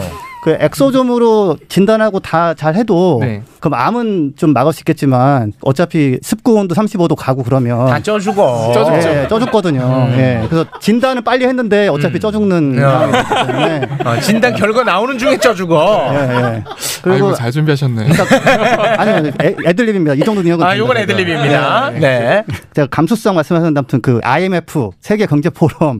S18: 예. 그 엑소좀으로 진단하고 다 잘 해도
S13: 네.
S18: 그럼 암은 좀 막을 수 있겠지만 어차피 습구 온도 35도 가고 그러면
S13: 다 쪄주고.
S18: 예, 쪄죽거든요.
S13: 음.
S18: 예, 그래서 진단은 빨리 했는데 어차피 쪄죽는 상황이기 때문에
S13: 어, 진단 결과 나오는 중에 쪄주고.
S18: 네, 그리고- 아이고, 잘
S17: 네. 준비하셨네.
S18: 아니, 아니 애- 애들립입니다. 이 정도 능력은
S13: 아, 요건
S18: 됩니다.
S13: 애들립니다.
S18: 네. 제가 감수성 말씀하셨는데 아무튼 그 IMF 세계 경제 포럼, 뭐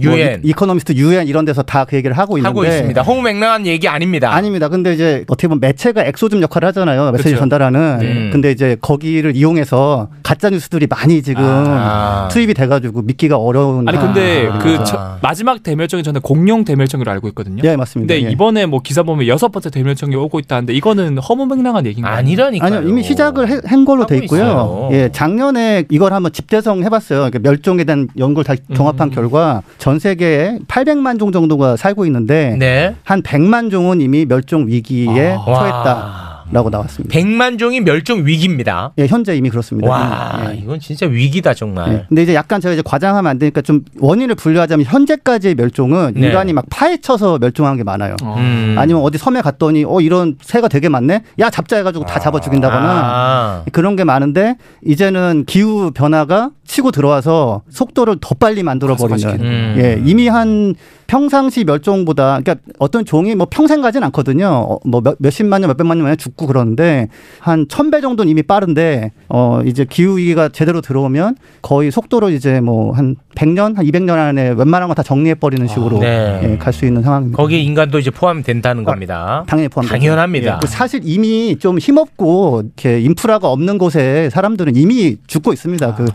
S13: UN.
S18: 이, 코노미스트 UN 이런 데서 다 그 얘기를 하고
S13: 음,
S18: 있는데
S13: 하고 있습니다. 허무맹랑한 얘기 아닙니다.
S18: 아닙니다. 근데 이제 어떻게 보면 매체가 엑소즘 역할을 하잖아요. 메시지
S13: 그렇죠.
S18: 전달하는.
S13: 네.
S18: 근데 이제 거기를 이용해서 가짜 뉴스들이 많이 지금
S17: 아.
S18: 투입이 돼가지고 믿기가 어려운.
S17: 아니 근데
S18: 상황이죠.
S17: 그 저- 마지막 대멸종이 전에 공룡 대멸종이라고 알고 있거든요.
S18: 예, 맞습니다.
S17: 근데
S18: 예.
S17: 이번에 뭐 기사 보면 여섯 번째 대멸종이 오고 있다는데 이거는 허무맹랑한 얘기인가요?
S13: 아니라니까요.
S18: 아니요 이미 시작을 해- 한 걸로 돼 있고요.
S17: 있어요.
S18: 예, 작년에 이걸 한번 집대성 해봤어요. 그러니까 멸종에 대한 연구를 다
S13: 음.
S18: 종합한 결과 전 세계에 800만 종 정도가 살고 있는데
S13: 네.
S18: 한 100만 종은 이미 멸종 위기에
S13: 아.
S18: 처했다라고 나왔습니다.
S13: 100만 종이 멸종 위기입니다.
S18: 예, 현재 이미 그렇습니다. 음, 예.
S13: 와, 이건 진짜 위기다 정말.
S18: 네. 근데 이제 약간 제가 이제 과장하면 안 되니까 좀 원인을 분류하자면 현재까지의 멸종은
S13: 네.
S18: 인간이 막 파헤쳐서 멸종한 게 많아요.
S13: 음.
S18: 아니면 어디 섬에 갔더니 어 이런 새가 되게 많네. 야 잡자 해가지고 다 잡아 죽인다거나
S13: 아.
S18: 그런 게 많은데 이제는 기후 변화가 치고 들어와서 속도를 더 빨리 만들어 버리는.
S13: 아, 가속화시키는.
S18: 예, 이미 한 평상시 멸종보다 그러니까 어떤 종이 뭐 평생 가진 않거든요. 어, 뭐 몇, 몇십만 년, 몇백만 년 만에 죽고 그러는데 한 천 배 정도는 이미 빠른데 어 이제 기후 위기가 제대로 들어오면 거의 속도로 이제 뭐 한 100년, 한 200년 안에 웬만한 거 다 정리해 버리는 식으로
S13: 네.
S18: 예, 갈 수 있는 상황입니다.
S13: 거기에 인간도 이제 포함된다는 겁니다.
S18: 당연히 포함됩니다.
S13: 당연합니다.
S18: 예, 그 사실 이미 좀 힘없고 이렇게 인프라가 없는 곳에 사람들은 이미 죽고 있습니다. 그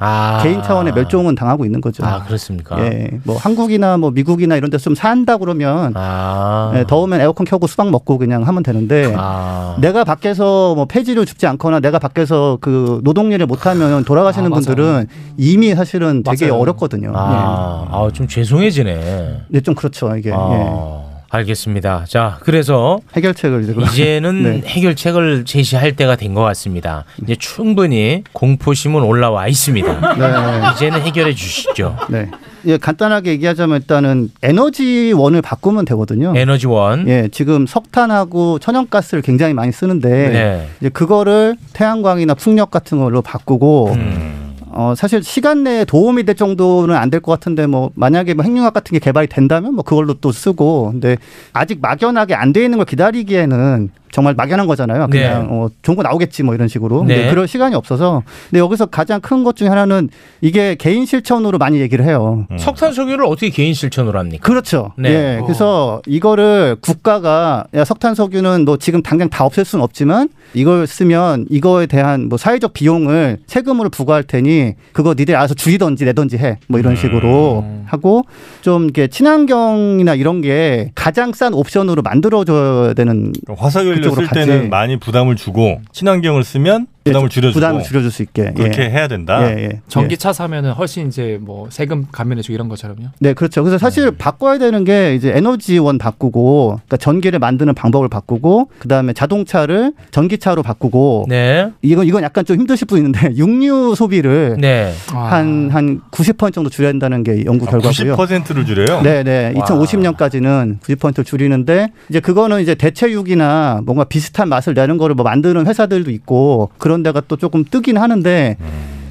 S18: 개인 차원의 멸종은 당하고 있는 거죠.
S13: 아, 그렇습니까?
S18: 예, 뭐 한국이나 뭐 미국이나 이런 데서 좀 산다 그러면
S13: 아.
S18: 예, 더우면 에어컨 켜고 수박 먹고 그냥 하면 되는데
S13: 아.
S18: 내가 밖에서 뭐 폐지를 줍지 않거나 내가 밖에서 그 노동일을 못하면 돌아가시는 분들은 이미 사실은 되게
S13: 맞아요.
S18: 어렵거든요.
S13: 아, 아우, 좀 죄송해지네.
S18: 예. 네, 좀 그렇죠 이게.
S13: 아, 알겠습니다. 자, 그래서
S18: 해결책을 이제 그럼-
S13: 이제는
S18: 네.
S13: 해결책을 제시할 때가 된 것 같습니다. 이제 충분히 공포심은 올라와 있습니다.
S18: 네.
S13: 이제는 해결해 주시죠.
S18: 네. 예, 간단하게 얘기하자면 일단은 에너지원을 바꾸면 되거든요.
S13: 에너지원.
S18: 예, 지금 석탄하고 천연가스를 굉장히 많이 쓰는데
S13: 네.
S18: 이제 그거를 태양광이나 풍력 같은 걸로 바꾸고
S13: 음.
S18: 어, 사실 시간 내에 도움이 될 정도는 안 될 것 같은데 뭐 만약에 뭐 핵융합 같은 게 개발이 된다면 뭐 그걸로 또 쓰고 근데 아직 막연하게 안 돼 있는 걸 기다리기에는 정말 막연한 거잖아요. 그냥
S13: 네.
S18: 어, 좋은 거 나오겠지 뭐 이런 식으로 근데
S13: 네.
S18: 그럴 시간이 없어서 근데 여기서 가장 큰 것 중에 하나는 이게 개인 실천으로 많이 얘기를 해요.
S13: 음.
S9: 음.
S13: 석탄 석유를 어떻게 개인 실천으로 합니까?
S18: 그렇죠.
S13: 네.
S18: 예. 그래서 이거를 국가가 야, 석탄 석유는 뭐 지금 당장 다 없앨 수는 없지만 이걸 쓰면 이거에 대한 뭐 사회적 비용을 세금으로 부과할 테니 그거 니들 알아서 줄이든지 내든지 해.
S9: 음.
S18: 뭐 이런 식으로 하고 좀 이게 친환경이나 이런 게 가장 싼 옵션으로 만들어줘야 되는
S9: 화석연료 쓸
S18: 그쪽으로 같이
S9: 때는 많이 부담을 주고 친환경을 쓰면 부담을 줄여주고
S18: 부담을 줄여줄 수 있게 예.
S9: 그렇게 해야 된다.
S18: 예, 예.
S17: 전기차 사면은 훨씬 이제 뭐 세금 감면해주고 이런 것처럼요.
S18: 네, 그렇죠. 그래서 사실 바꿔야 되는 게 이제 에너지원 바꾸고, 그러니까 전기를 만드는 방법을 바꾸고, 그 다음에 자동차를 전기차로 바꾸고,
S13: 네.
S18: 이건 이건 약간 좀 힘드실 분 있는데 육류 소비를
S13: 네.
S18: 한 한 90% 정도 줄여야 한다는 게 연구 결과고요.
S9: 90%를 아, 줄여요?
S18: 네, 네.
S9: 와.
S18: 2050년까지는 90% 줄이는데 이제 그거는 이제 대체육이나 뭔가 비슷한 맛을 내는 거를 뭐 만드는 회사들도 있고 그런 데가 또 조금 뜨긴 하는데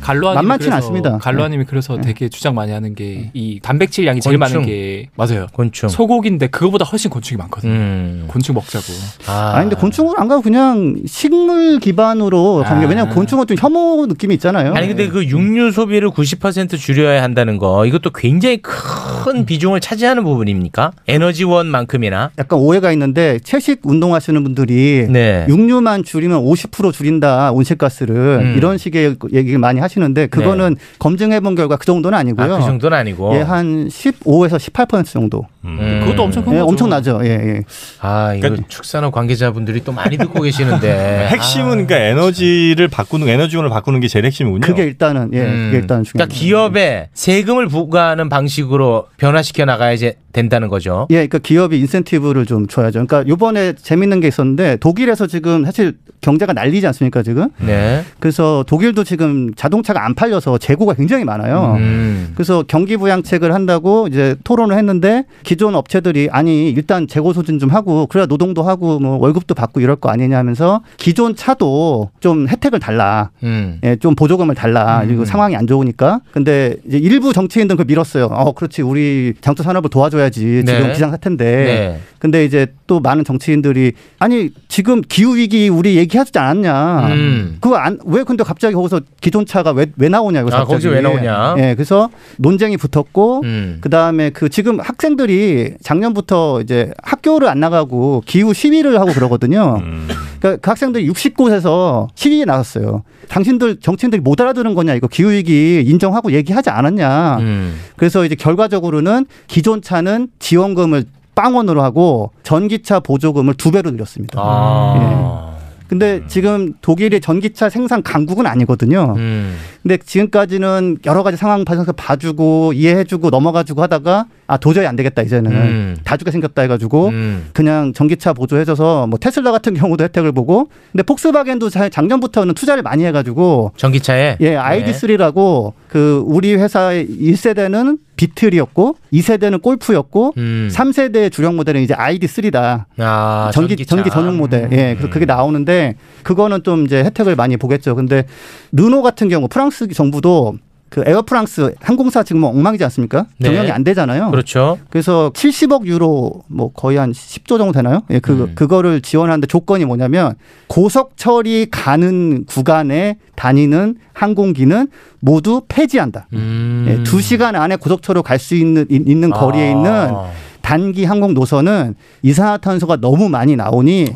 S17: 갈로아님이
S18: 만만치는
S17: 그래서-
S18: 않습니다. 네.
S17: 갈로아님이 그래서 되게 주장 많이 하는 게 이 단백질 양이 제일
S18: 곤충.
S17: 많은 게 맞아요.
S13: 곤충.
S17: 소고기인데 그거보다 훨씬 곤충이 많거든요. 곤충 먹자고.
S18: 아. 니 근데 곤충으로 안 가고 그냥 식물 기반으로 가는 게 왜냐면 곤충은 좀 혐오 느낌이 있잖아요.
S13: 아. 아니 근데 그 육류 소비를 90% 줄여야 한다는 거 이것도 굉장히 큰 비중을 차지하는 부분입니까? 에너지원만큼이나
S18: 약간 오해가 있는데 채식 운동하시는 분들이
S13: 네.
S18: 육류만 줄이면 50% 줄인다 온실가스를
S13: 음. 네.
S18: 이런 식의 얘기를 많이 하시는데 그거는 검증해 본 결과 그 정도는 아니고요.
S13: 아, 그 정도는 아니고. 음.
S18: 예, 한 15에서 18% 정도.
S9: 음.
S13: 네, 그것도 엄청 큰
S18: 예,
S13: 거죠.
S18: 엄청나죠. 예, 예.
S13: 아 이거 축산업 관계자분들이 또 많이 듣고 계시는데
S9: 그러니까 핵심은 그러니까 에너지를 바꾸는 에너지원을 바꾸는 게 제일 핵심이군요.
S18: 그게 일단은 예,
S13: 음.
S18: 그게 일단은 중요합니다.
S13: 그러니까 기업에 세금을 부과하는 방식으로 변화시켜 나가야 이제 된다는 거죠.
S18: 예, 그러니까 기업이 인센티브를 좀 줘야죠. 그러니까 요번에 재밌는 게 있었는데 독일에서 지금 사실 경제가 난리지 않습니까 지금?
S13: 네.
S18: 그래서 독일도 지금 자동차가 안 팔려서 재고가 굉장히
S13: 음.
S18: 많아요.
S9: 음.
S18: 그래서 경기 부양책을 한다고 이제 토론을 했는데 기존 업체들이 아니 일단 재고 소진 좀 하고 그래야 노동도 하고 뭐 월급도 받고 이럴 거 아니냐 하면서 기존 차도 좀 혜택을 달라.
S13: 음.
S18: 예, 좀 보조금을 달라. 그리고 상황이 안 좋으니까. 근데 이제 일부 정치인들은 그걸 밀었어요. 어, 그렇지. 우리 장터 산업을 도와줘야지. 지금
S13: 네.
S18: 비상사태인데.
S13: 네.
S18: 근데 이제 또 많은 정치인들이 아니, 지금 기후위기 우리 얘기하지 않았냐.
S13: 음.
S18: 그거 안, 왜 근데 갑자기 거기서 기존차가 왜, 왜 나오냐. 이거
S13: 아,
S18: 갑자기.
S13: 거기서 왜 나오냐.
S18: 예, 그래서 논쟁이 붙었고
S13: 음.
S18: 그다음에 그 지금 학생들이 작년부터 이제 학교를 안 나가고 기후 시위를 하고 그러거든요.
S13: 음.
S18: 그러니까 그 학생들이 60곳에서 시위에 나섰어요. 당신들 정치인들이 못 알아들은 거냐 이거 기후 위기 인정하고 얘기하지 않았냐.
S13: 음.
S18: 그래서 이제 결과적으로는 기존 차는 지원금을 빵원으로 하고 전기차 보조금을 두 배로 늘렸습니다.
S13: 아.
S18: 예. 근데
S13: 음.
S18: 지금 독일이 전기차 생산 강국은 아니거든요.
S13: 음.
S18: 근데 지금까지는 여러 가지 상황 봐서 봐주고 이해해주고 넘어가주고 하다가 아 도저히 안 되겠다 이제는
S13: 음.
S18: 다주가 생겼다 해가지고 그냥 전기차 보조해줘서 뭐 테슬라 같은 경우도 혜택을 보고 근데 폭스바겐도 자- 작년부터는 투자를 많이 해가지고
S13: 전기차에 네.
S18: 예 ID3라고 그 우리 회사의 1세대는 비틀이었고 2세대는 골프였고
S13: 음.
S18: 3세대 주력 모델은 이제 ID3다.
S13: 아,
S18: 전기
S13: 전기차. 음.
S18: 전기 전용 모델. 예, 그래서 그게 나오는데 그거는 좀 이제 혜택을 많이 보겠죠. 근데 르노 같은 경우 프랑스 정부도 그 에어프랑스 항공사 지금 뭐 엉망이지 않습니까?
S13: 네.
S18: 경영이 안 되잖아요.
S13: 그렇죠.
S18: 그래서 70억 유로 뭐 거의 한 10조 정도 되나요? 예, 그 그거를 지원하는데 조건이 뭐냐면 고속 처리 가는 구간에 다니는 항공기는 모두 폐지한다. 예, 2시간 안에 고속철로 갈 수 있는 이- 있는 거리에 있는 단기 항공 노선은 이산화탄소가 너무 많이 나오니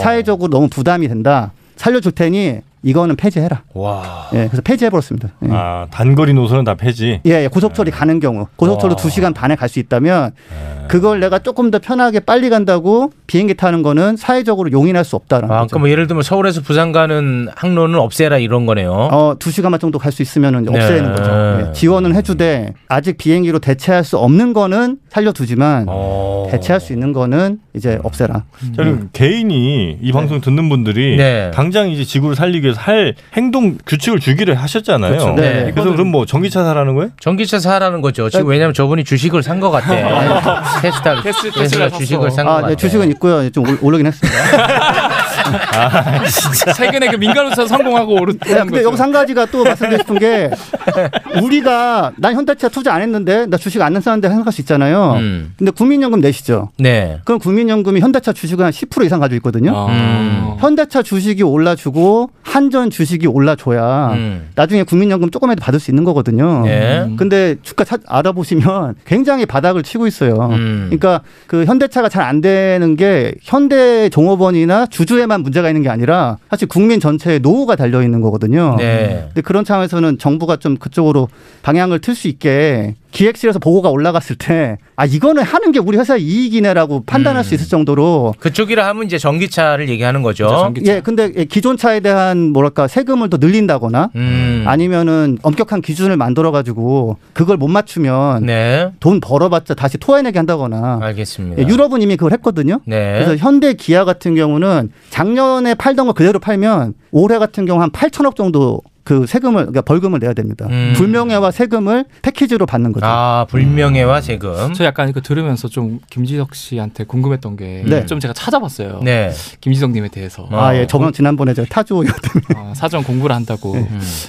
S18: 사회적으로 너무 부담이 된다. 살려줄 테니 이거는 폐지해라.
S9: 와.
S18: 예, 그래서 폐지해 버렸습니다.
S13: 네.
S18: 예.
S9: 아, 단거리 노선은 다 폐지.
S18: 예, 예, 고속철이 가는 경우 고속철로
S9: 와.
S18: 두 2시간 반에 갈 수 있다면 그걸 내가 조금 더 편하게 빨리 간다고 비행기 타는 거는 사회적으로 용인할 수 없다라는
S13: 아,
S18: 거죠.
S13: 그러니까 뭐 예를 들면 서울에서 부산 가는 항로는 없애라 이런 거네요.
S18: 어, 2시간만 정도 갈 수 있으면
S13: 네.
S18: 없애는 거죠. 예, 지원은 해주되 아직 비행기로 대체할 수 없는 거는 살려두지만 대체할 수 있는 거는 이제 없애라.
S9: 저는
S13: 음.
S9: 개인이
S13: 네.
S9: 이 방송 듣는 분들이
S18: 네.
S9: 당장 이제 지구를 살리기 위해서 할 행동 규칙을 주기를 하셨잖아요.
S13: 그렇죠. 네.
S9: 그래서 그럼 뭐 전기차 사라는 거예요?
S13: 전기차 사라는
S18: 네.
S13: 거죠. 지금 왜냐면 저분이 주식을 산 것 같아. 테스타 테슬라 주식을 산 것
S18: 아,
S13: 같아.
S18: 네, 주식은 있고요. 좀 올- 오르긴 했습니다.
S17: 최근에 그 민간호사 성공하고 오른
S18: 네, 근데 여기서 한 가지가 또 말씀드리고 싶은 게 우리가 난 현대차 투자 안 했는데 나 주식 안 사는데 생각할 수 있잖아요.
S13: 음.
S18: 근데 국민연금 내시죠.
S13: 네.
S18: 그럼 국민연금이 현대차 주식을 한 10% 이상 가지고 있거든요.
S13: 아.
S18: 현대차 주식이 올라주고 한전 주식이 올라줘야
S13: 음.
S18: 나중에 국민연금 조금이라도 받을 수 있는 거거든요.
S13: 예.
S18: 근데 주가 차- 알아보시면 굉장히 바닥을 치고 있어요.
S13: 음.
S18: 그러니까 그 현대차가 잘 안 되는 게 현대 종업원이나 주주에만 문제가 있는 게 아니라 사실 국민 전체에 노후가 달려 있는 거거든요.
S13: 네.
S18: 근데 그런 상황에서는 정부가 좀 그쪽으로 방향을 틀 수 있게 기획실에서 보고가 올라갔을 때 아 이거는 하는 게 우리 회사 이익이네라고 판단할
S13: 음.
S18: 수 있을 정도로
S13: 그쪽이라 하면 이제 전기차를 얘기하는 거죠.
S18: 예, 근데 예, 기존 차에 대한 뭐랄까 세금을 더 늘린다거나
S13: 음.
S18: 아니면은 엄격한 기준을 만들어 가지고 그걸 못 맞추면
S13: 네.
S18: 돈 벌어봤자 다시 토해내게 한다거나
S13: 알겠습니다.
S18: 예, 유럽은 이미 그걸 했거든요.
S13: 네.
S18: 그래서 현대 기아 같은 경우는 작년에 팔던 거 그대로 팔면 올해 같은 경우 한 8천억 정도 그 세금을 그러니까 벌금을 내야 됩니다. 불명예와 세금을 패키지로 받는 거죠.
S13: 음. 아 불명예와 세금.
S17: 저 약간 이거 들으면서 좀 김지석 씨한테 궁금했던 게 좀
S18: 네.
S17: 제가 찾아봤어요.
S18: 네.
S17: 김지석님에 대해서.
S18: 아, 예. 저번 지난번에 저 타조 의원 때문에
S17: 아, 사전 공부를 한다고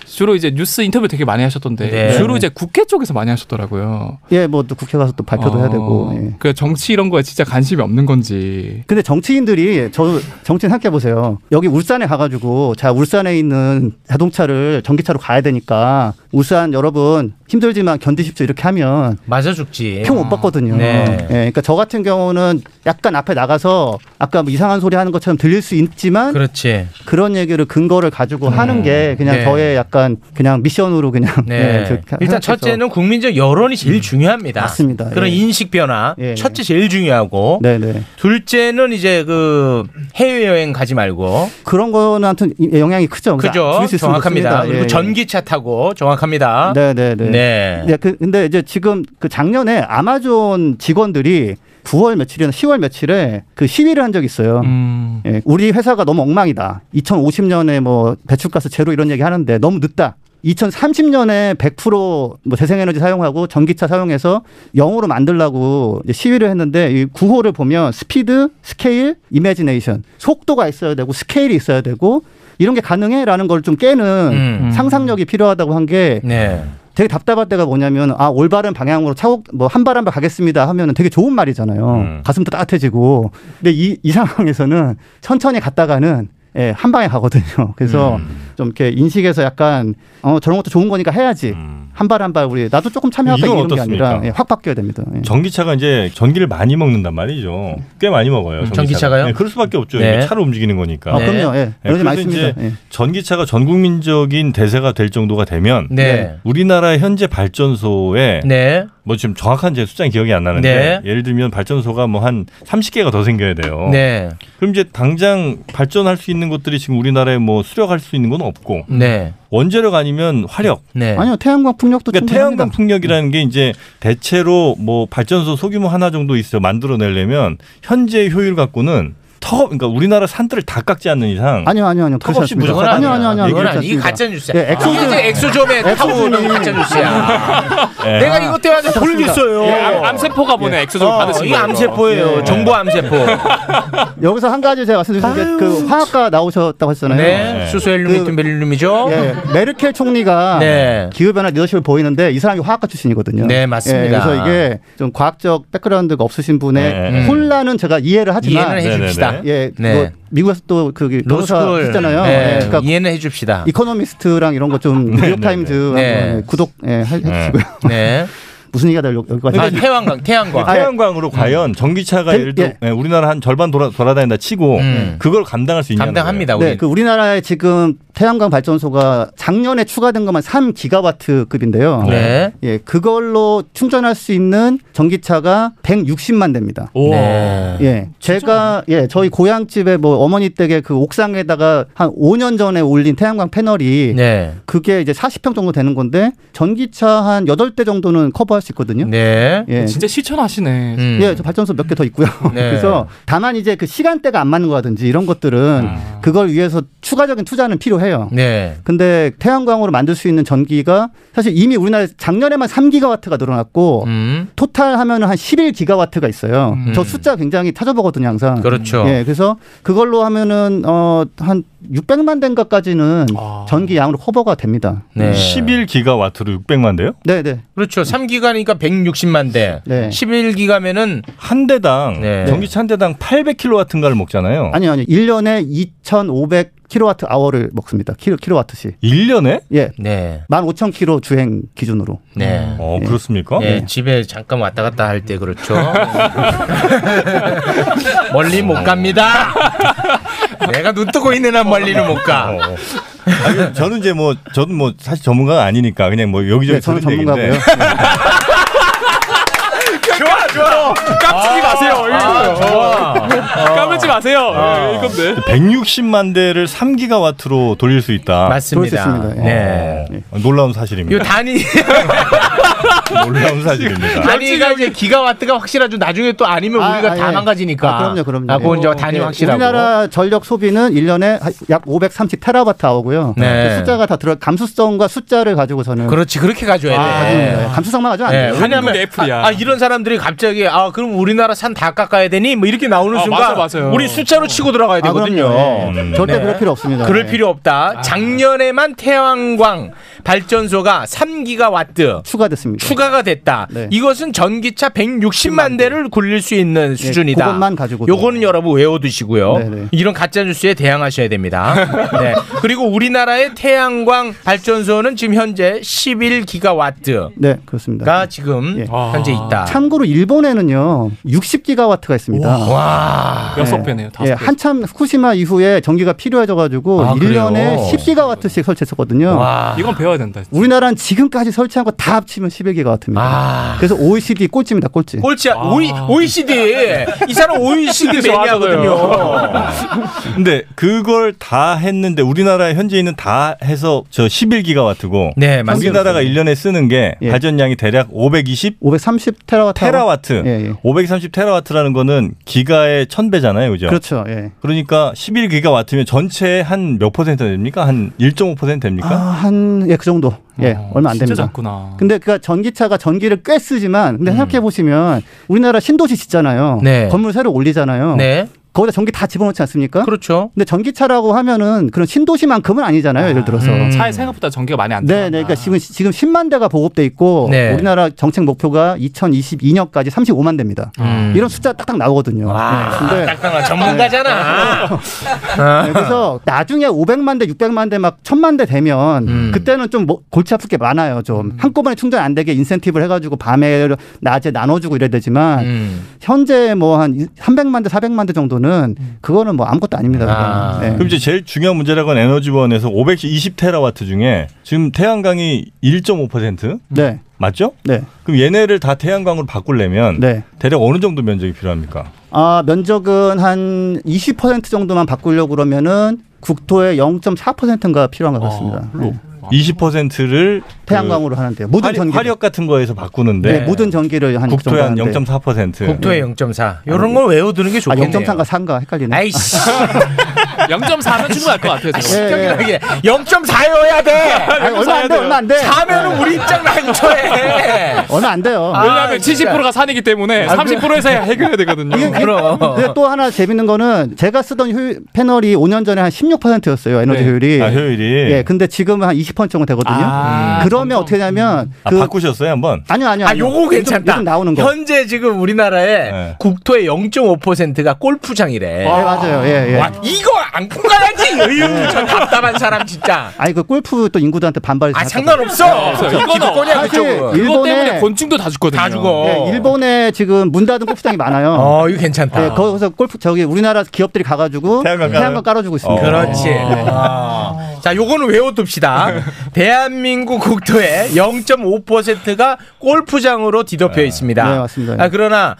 S17: 주로 이제 뉴스 인터뷰 되게 많이 하셨던데
S18: 네.
S17: 주로 이제 국회 쪽에서 많이 하셨더라고요.
S18: 예, 뭐 또 국회 가서 또 발표도 해야 되고.
S13: 아.
S18: 예.
S17: 그 정치 이런 거에 진짜 관심이 없는 건지.
S18: 근데 정치인들이 저 정치인 생각해 보세요. 여기 울산에 가가지고 자 울산에 있는 자동차를 전기차로 가야 되니까 울산 여러분 힘들지만 견디십시오 이렇게 하면
S13: 맞아 죽지.
S18: 평 못 받거든요.
S13: 네.
S18: 예, 그러니까 저 같은 경우는 약간 앞에 나가서 아까 뭐 이상한 소리 하는 것처럼 들릴 수 있지만
S13: 그렇지.
S18: 런 얘기를 근거를 가지고 하는 게 그냥
S13: 네.
S18: 저의 약간 그냥 미션으로 그냥
S13: 네.
S18: 예, 그렇게
S13: 일단
S18: 생각해서. 음.
S13: 첫째는 국민적 여론이 제일 중요합니다.
S18: 맞습니다.
S13: 그런
S18: 예.
S13: 인식 변화. 첫째 제일 중요하고.
S18: 네네.
S13: 둘째는 이제 그 해외 여행 가지 말고.
S18: 그런 거는 아무튼 영향이 크죠.
S13: 그죠?
S18: 줄일 수 있으면
S13: 정확합니다.
S18: 좋습니다.
S13: 그리고
S18: 예, 예.
S13: 전기차 타고 정확합니다.
S18: 네네네.
S13: 네. 네.
S18: 네, 그, 근데 이제 지금 그 작년에 아마존 직원들이 9월 며칠이나 10월 며칠에 그 시위를 한 적이 있어요.
S13: 음.
S18: 예, 우리 회사가 너무 엉망이다. 2050년에 뭐 배출가스 제로 이런 얘기 하는데 너무 늦다. 2030년에 100%뭐 재생에너지 사용하고 전기차 사용해서 영어로 만들라고 이제 시위를 했는데 이 구호를 보면 스피드, 스케일, 이매지네이션 속도가 있어야 되고 스케일이 있어야 되고 이런 게 가능해라는 걸 좀 깨는
S13: 음.
S18: 상상력이 필요하다고 한게
S13: 네.
S18: 되게 답답할 때가 뭐냐면 아 올바른 방향으로 차곡 뭐한 발 한 발 가겠습니다 하면은 되게 좋은 말이잖아요.
S9: 음.
S18: 가슴도 따뜻해지고. 근데 이, 이 상황에서는 천천히 갔다가는 예, 한 방에 가거든요. 그래서
S9: 음.
S18: 좀 이렇게 인식에서 약간 어 저런 것도 좋은 거니까 해야지. 한 발 한 발 우리 나도 조금
S9: 음.
S18: 참여할까
S9: 이건
S18: 이런 게 아니라
S9: 어떻습니까?
S18: 예, 확 바뀌어야 됩니다. 예.
S9: 전기차가 이제 전기를 많이 먹는단 말이죠. 꽤 많이 먹어요. 전기차가.
S18: 음, 전기차가요?
S9: 네, 그럴 수밖에 없죠.
S18: 네.
S9: 이게 차로 움직이는 거니까.
S18: 아, 그럼요. 예.
S9: 그래서
S18: 에너지 많습니다.
S9: 이제
S18: 예.
S9: 전기차가 전국민적인 대세가 될 정도가 되면
S13: 네.
S9: 우리나라 현재 발전소에
S13: 네.
S9: 뭐 지금 정확한 제 숫자는 기억이 안 나는데
S18: 네.
S9: 예를 들면 발전소가 뭐 한 30개가 더 생겨야 돼요.
S13: 네.
S9: 그럼 이제 당장 발전할 수 있는 것들이 지금 우리나라에 뭐 수력할 수 있는 건 없고
S13: 네.
S9: 원자력 아니면 화력.
S18: 아니요 태양광 풍력도
S9: 그러니까
S18: 충분합니다.
S9: 태양광 풍력이라는 게 이제 대체로 뭐 발전소 소규모 하나 정도 있어 만들어내려면 현재의 효율 갖고는 턱 그러니까 우리나라 산들을 다 깎지 않는 이상
S18: 아니요, 아니요, 아니요. 그렇지
S9: 턱없이
S18: 않습니다.
S9: 무조건
S18: 아니요, 아니요, 아니요.
S9: 얘기를
S18: 그렇지
S9: 하지
S18: 않습니다.
S13: 가짜뉴스야.
S18: 예, 엑소존.
S13: 이게 이제 엑소점에 타고는
S18: 엑소존이-
S13: 가짜뉴스야.
S9: 예.
S13: 내가 이것 때문에 아주
S9: 그렇습니다.
S13: 돌렸어요. 어,
S9: 예,
S17: 암- 암세포가 보내 엑소존
S18: 어,
S17: 받으신
S13: 이게
S17: 거예요.
S13: 암세포예요.
S17: 예.
S13: 정보 암세포.
S18: 여기서 한 가지 제가 말씀드리는 게그 화학과 나오셨다고 했잖아요. 그
S13: 네. 수소헬륨, 리튬, 베릴륨이죠.
S18: 예, 메르켈 총리가
S13: 네.
S18: 기후변화 리더십을 보이는데 이 사람이 화학과 출신이거든요.
S13: 네, 맞습니다.
S18: 예, 그래서 이게 좀 과학적 백그라운드가 없으신 분의
S13: 네.
S18: 혼란은 제가 이해를 하지만
S13: 이해는 해줍시다.
S18: 네네네. 예,
S13: 네.
S18: 뭐 미국에서 또 그기 변호사
S13: 로스쿨.
S18: 했잖아요.
S13: 네.
S18: 예, 그러니까
S13: 이해는 해줍시다.
S18: 이코노미스트랑 이런 거 좀 뉴욕타임즈
S13: 네.
S18: 구독 예, 해- 해주시고요.
S13: 네.
S18: 무슨 얘기가 될 여기까지. 아, 네.
S13: 아, 태양광, 태양광.
S9: 그 태양광으로 과연 전기차가
S18: 예. 음. 대-
S9: 예를 들어 예, 우리나라 한 절반 돌아, 돌아다닌다 치고 그걸 감당할 수 있냐
S13: 음. 감당합니다,
S18: 네, 그 우리나라에 지금 태양광 발전소가 작년에 추가된 것만 3 기가와트급인데요.
S13: 네.
S18: 예, 그걸로 충전할 수 있는 전기차가 160만 대입니다.
S13: 네.
S18: 예, 제가 예 저희 고향 집에 뭐 어머니 댁에 그 옥상에다가 한 5년 전에 올린 태양광 패널이
S13: 네.
S18: 그게 이제 40평 정도 되는 건데 전기차 한 8대 정도는 커버할 수 있거든요.
S13: 네.
S18: 예.
S17: 진짜 실천하시네.
S13: 음.
S18: 예, 저 발전소 몇 개 더 있고요.
S17: 네.
S18: 그래서 다만 이제 그 시간대가 안 맞는 거라든지 이런 것들은 그걸 위해서 추가적인 투자는
S13: 아.
S18: 필요해요.
S13: 네.
S18: 근데 태양광으로 만들 수 있는 전기가 사실 이미 우리나라 작년에만 3기가와트가 늘어났고
S13: 음.
S18: 토탈 하면은 한 11기가와트가 있어요. 저 숫자 굉장히 찾아보거든요, 항상.
S13: 그렇죠.
S18: 예, 그래서 그걸로 하면은 어한 600만 대인가까지는
S13: 아.
S18: 전기 양으로 커버가 됩니다.
S9: 11기가와트로 600만 대요?
S18: 네, 네.
S13: 네. 그렇죠. 3기가니까 160만 대. 11기가면은 네.
S9: 한 대당 전기차 한 대당 800킬로와트인가를 먹잖아요.
S18: 아니요, 아니요. 1년에 2,500 킬로와트 아워를 먹습니다. 킬로 킬로와트씩.
S9: 1년에?
S18: 예.
S13: 네.
S18: 15,000km 주행 기준으로.
S13: 네.
S9: 어, 그렇습니까?
S13: 네, 집에 잠깐 왔다 갔다 할 때 그렇죠. 멀리 못 갑니다.
S9: 아, 예.
S13: 내가 눈 뜨고 있는 한 멀리는 못 가.
S9: 어.
S18: 그
S9: 아니, 저는 이제 뭐 저는 뭐 사실 전문가가 아니니까 그냥 뭐 여기저기
S13: 네, 저는
S9: 쓰는 얘기인데.
S13: 전문가고요. 좋아, 좋아.
S17: 깝치지 마세요.
S13: 아, 좋아. 아.
S17: 까불지 마세요. 예, 이건데.
S9: 160만 대를 3기가와트로 돌릴 수 있다.
S13: 맞습니다. 돌릴 수 있습니다. 예.
S9: 어, 놀라운 사실입니다.
S13: 요 단위
S9: 놀라운 사실입니다.
S13: 단위가 이제 기가와트가 확실하죠. 나중에 또 아니면 우리가
S18: 아,
S13: 다
S18: 예.
S13: 망가지니까.
S18: 아, 그럼요, 그럼요.
S13: 아, 그건 이제
S18: 예.
S13: 단위
S18: 예.
S13: 확실하고.
S18: 우리나라 전력 소비는 1년에 약 530 테라바트 아워고요.
S13: 네.
S18: 그 숫자가 다 들어 감수성과 숫자를 가지고서는
S13: 그렇지 그렇게 가져야
S18: 아,
S13: 돼.
S18: 가져야 돼. 감수성만 가져 안
S13: 예,
S18: 돼요.
S13: 왜냐면 아, 아, 이런 사람들이 갑자기 아 그럼 우리나라 산 다 깎아야 되니 뭐 이렇게 나오는
S17: 아, 맞아요,
S13: 순간
S17: 맞아요.
S13: 우리 숫자로 치고 들어가야
S18: 아,
S13: 되거든요.
S18: 그럼요. 예. 절대 그럴 필요 없습니다.
S13: 음. 네. 그럴
S18: 예.
S13: 필요 없다. 작년에만 태양광 발전소가 3기가 와트
S18: 추가됐습니다.
S13: 추가가 됐다.
S18: 네.
S13: 이것은 전기차 160만 대를 굴릴 수 있는 수준이다.
S18: 네, 그것만 가지고도.
S13: 요거는 여러분 외워두시고요.
S18: 네네.
S13: 이런 가짜 뉴스에 대항하셔야 됩니다. 네. 그리고 우리나라의 태양광 발전소는 지금 현재 11기가 와트.
S18: 네, 그렇습니다.
S13: 가 지금 현재
S17: 아.
S18: 아.
S13: 있다.
S18: 참고로 일본에는요 60기가와트가 있습니다.
S13: 와.
S18: 예.
S13: 여섯 배네요, 다섯
S18: 예,
S13: 배.
S18: 한참 후쿠시마 이후에 전기가 필요해져가지고
S17: 아,
S18: 1년에
S17: 그래요?
S18: 10기가와트씩 설치했었거든요.
S17: 이건 배워야 된다.
S18: 우리나라는 지금까지 설치한 거 다 합치면 11기가 꼴찌가 같습니다.
S17: 아.
S18: 그래서 OECD 꼴찌입니다, 꼴찌.
S13: 꼴찌야. 오이, OECD. 이 사람 OECD 매니아거든요.
S9: 근데 그걸 다 했는데 우리나라 현재 있는 다 해서 저 11기가와트고
S13: 네, 맞습니다.
S9: 우리나라가 1년에 쓰는 게 발전량이 대략 520
S18: 530 테라와트
S9: 테라와트. 530 테라와트라는 거는 기가의 1000배잖아요. 그죠?
S18: 그렇죠. 예.
S9: 그러니까 11기가와트면 전체 한 몇 퍼센트 됩니까? 한 1.5% 됩니까? 어,
S18: 아, 한, 예, 그 정도. 예, 얼마 안
S9: 진짜
S18: 됩니다.
S9: 작구나. 음.
S18: 근데 그니까 전기차가 전기를 꽤 쓰지만, 근데 생각해 보시면 우리나라 신도시 짓잖아요.
S13: 네.
S18: 건물 새로 올리잖아요.
S13: 네.
S18: 거기다 전기 다 집어넣지 않습니까?
S13: 그렇죠.
S18: 근데 전기차라고 하면은 그런 신도시만큼은 아니잖아요. 예를 들어서.
S9: 음,
S17: 차에 생각보다 전기가 많이 안
S18: 네, 네. 그러니까 지금 지금 10만 대가 보급돼 있고
S17: 네.
S18: 우리나라 정책 목표가 2022년까지 35만 대입니다.
S9: 음.
S18: 이런 숫자 딱딱 나오거든요. 네, 근데
S13: 딱딱한 아, 전문가잖아.
S18: 네, 그래서 나중에 500만 대, 600만 대, 막 1000만 대 되면
S13: 음.
S18: 그때는 좀 뭐- 골치 아플 게 많아요. 좀 한꺼번에 충전 안 되게 인센티브를 해가지고 밤에 낮에 나눠주고 이래야 되지만
S13: 음.
S18: 현재 뭐 한 300만 대, 400만 대 정도는
S13: 음.
S18: 그거는 뭐 아무것도 아닙니다. 그거는. 네.
S9: 그럼 이제 제일 중요한 문제라고는 에너지원에서 520 테라와트 중에 지금 태양광이 1.5%
S18: 네.
S9: 맞죠?
S18: 네.
S9: 그럼 얘네를 다 태양광으로 바꾸려면 대략 어느 정도 면적이 필요합니까?
S18: 아, 면적은 한 20% 정도만 바꾸려고 그러면은 국토의 0.4%가 필요한 것
S13: 어.
S18: 같습니다. 네.
S9: 20%를
S13: 그
S18: 태양광으로 하는데요. 네, 모든
S9: 화력,
S18: 전기를.
S9: 화력 같은 거에서 바꾸는데
S18: 네, 모든 전기를 한
S9: 국토의 한
S18: 정도 하는데.
S9: 0.4%.
S13: 국토의 0.4. 요런 걸 외워두는 게 좋겠네요.
S18: 아, 0.3과 3과 헷갈리네.
S13: 아이씨.
S17: 0.4면 충분할 것 같아요.
S18: 예.
S13: 아,
S17: 제가.
S13: 시적이라게 0.4여야 돼.
S17: 아니, 얼마 안 돼, 얼마 안 돼.
S13: 4면은 우리 입장 난처해.
S18: 얼마 안 돼요.
S17: 왜냐하면 70%가 산이기 때문에
S18: 아, 그
S17: 30%에서 해결해야 되거든요.
S13: 어.
S18: 근데 또 하나 재밌는 거는 제가 쓰던 효율, 패널이 5년 전에 한 16%였어요. 에너지
S9: 네.
S18: 효율이.
S9: 아, 효율이.
S18: 예, 근데 지금은 한 20% 정도 되거든요. 음. 그러면 어떻게 되냐면
S9: 아, 바꾸셨어요 한번?
S18: 아니요, 아니요.
S13: 음. 아,
S18: 아니요.
S13: 요거
S18: 요즘-
S13: 괜찮다.
S18: 요즘 나오는 거.
S13: 현재 지금 우리나라의
S9: 네.
S13: 국토의 0.5%가 골프장이래.
S18: 네, 맞아요. 예, 네. 예.
S13: 와, 이거 안 끊어야지. 으유, 저 답답한 사람 진짜.
S18: 아니 그 골프 또 인구들한테 반발.
S13: 아, 상관 없어. 기득권이야,
S18: 사실
S13: 그쪽은.
S18: 일본에- 그것 때문에
S17: 곤충도 다 죽거든요.
S13: 다 죽어.
S18: 예, 일본에 지금 문 닫은 골프장이 많아요.
S13: 어, 이거 괜찮다.
S18: 예, 거기서 골프 저기 우리나라 기업들이 가가지고 태양광,
S17: 그러니까
S18: 깔아주고
S17: 어.
S18: 있습니다.
S13: 그렇지.
S18: 네.
S13: 아. 자, 요거는 외워둡시다. 대한민국 국토의 0.5%가 골프장으로 뒤덮여 있습니다.
S18: 네, 맞습니다.
S13: 아, 그러나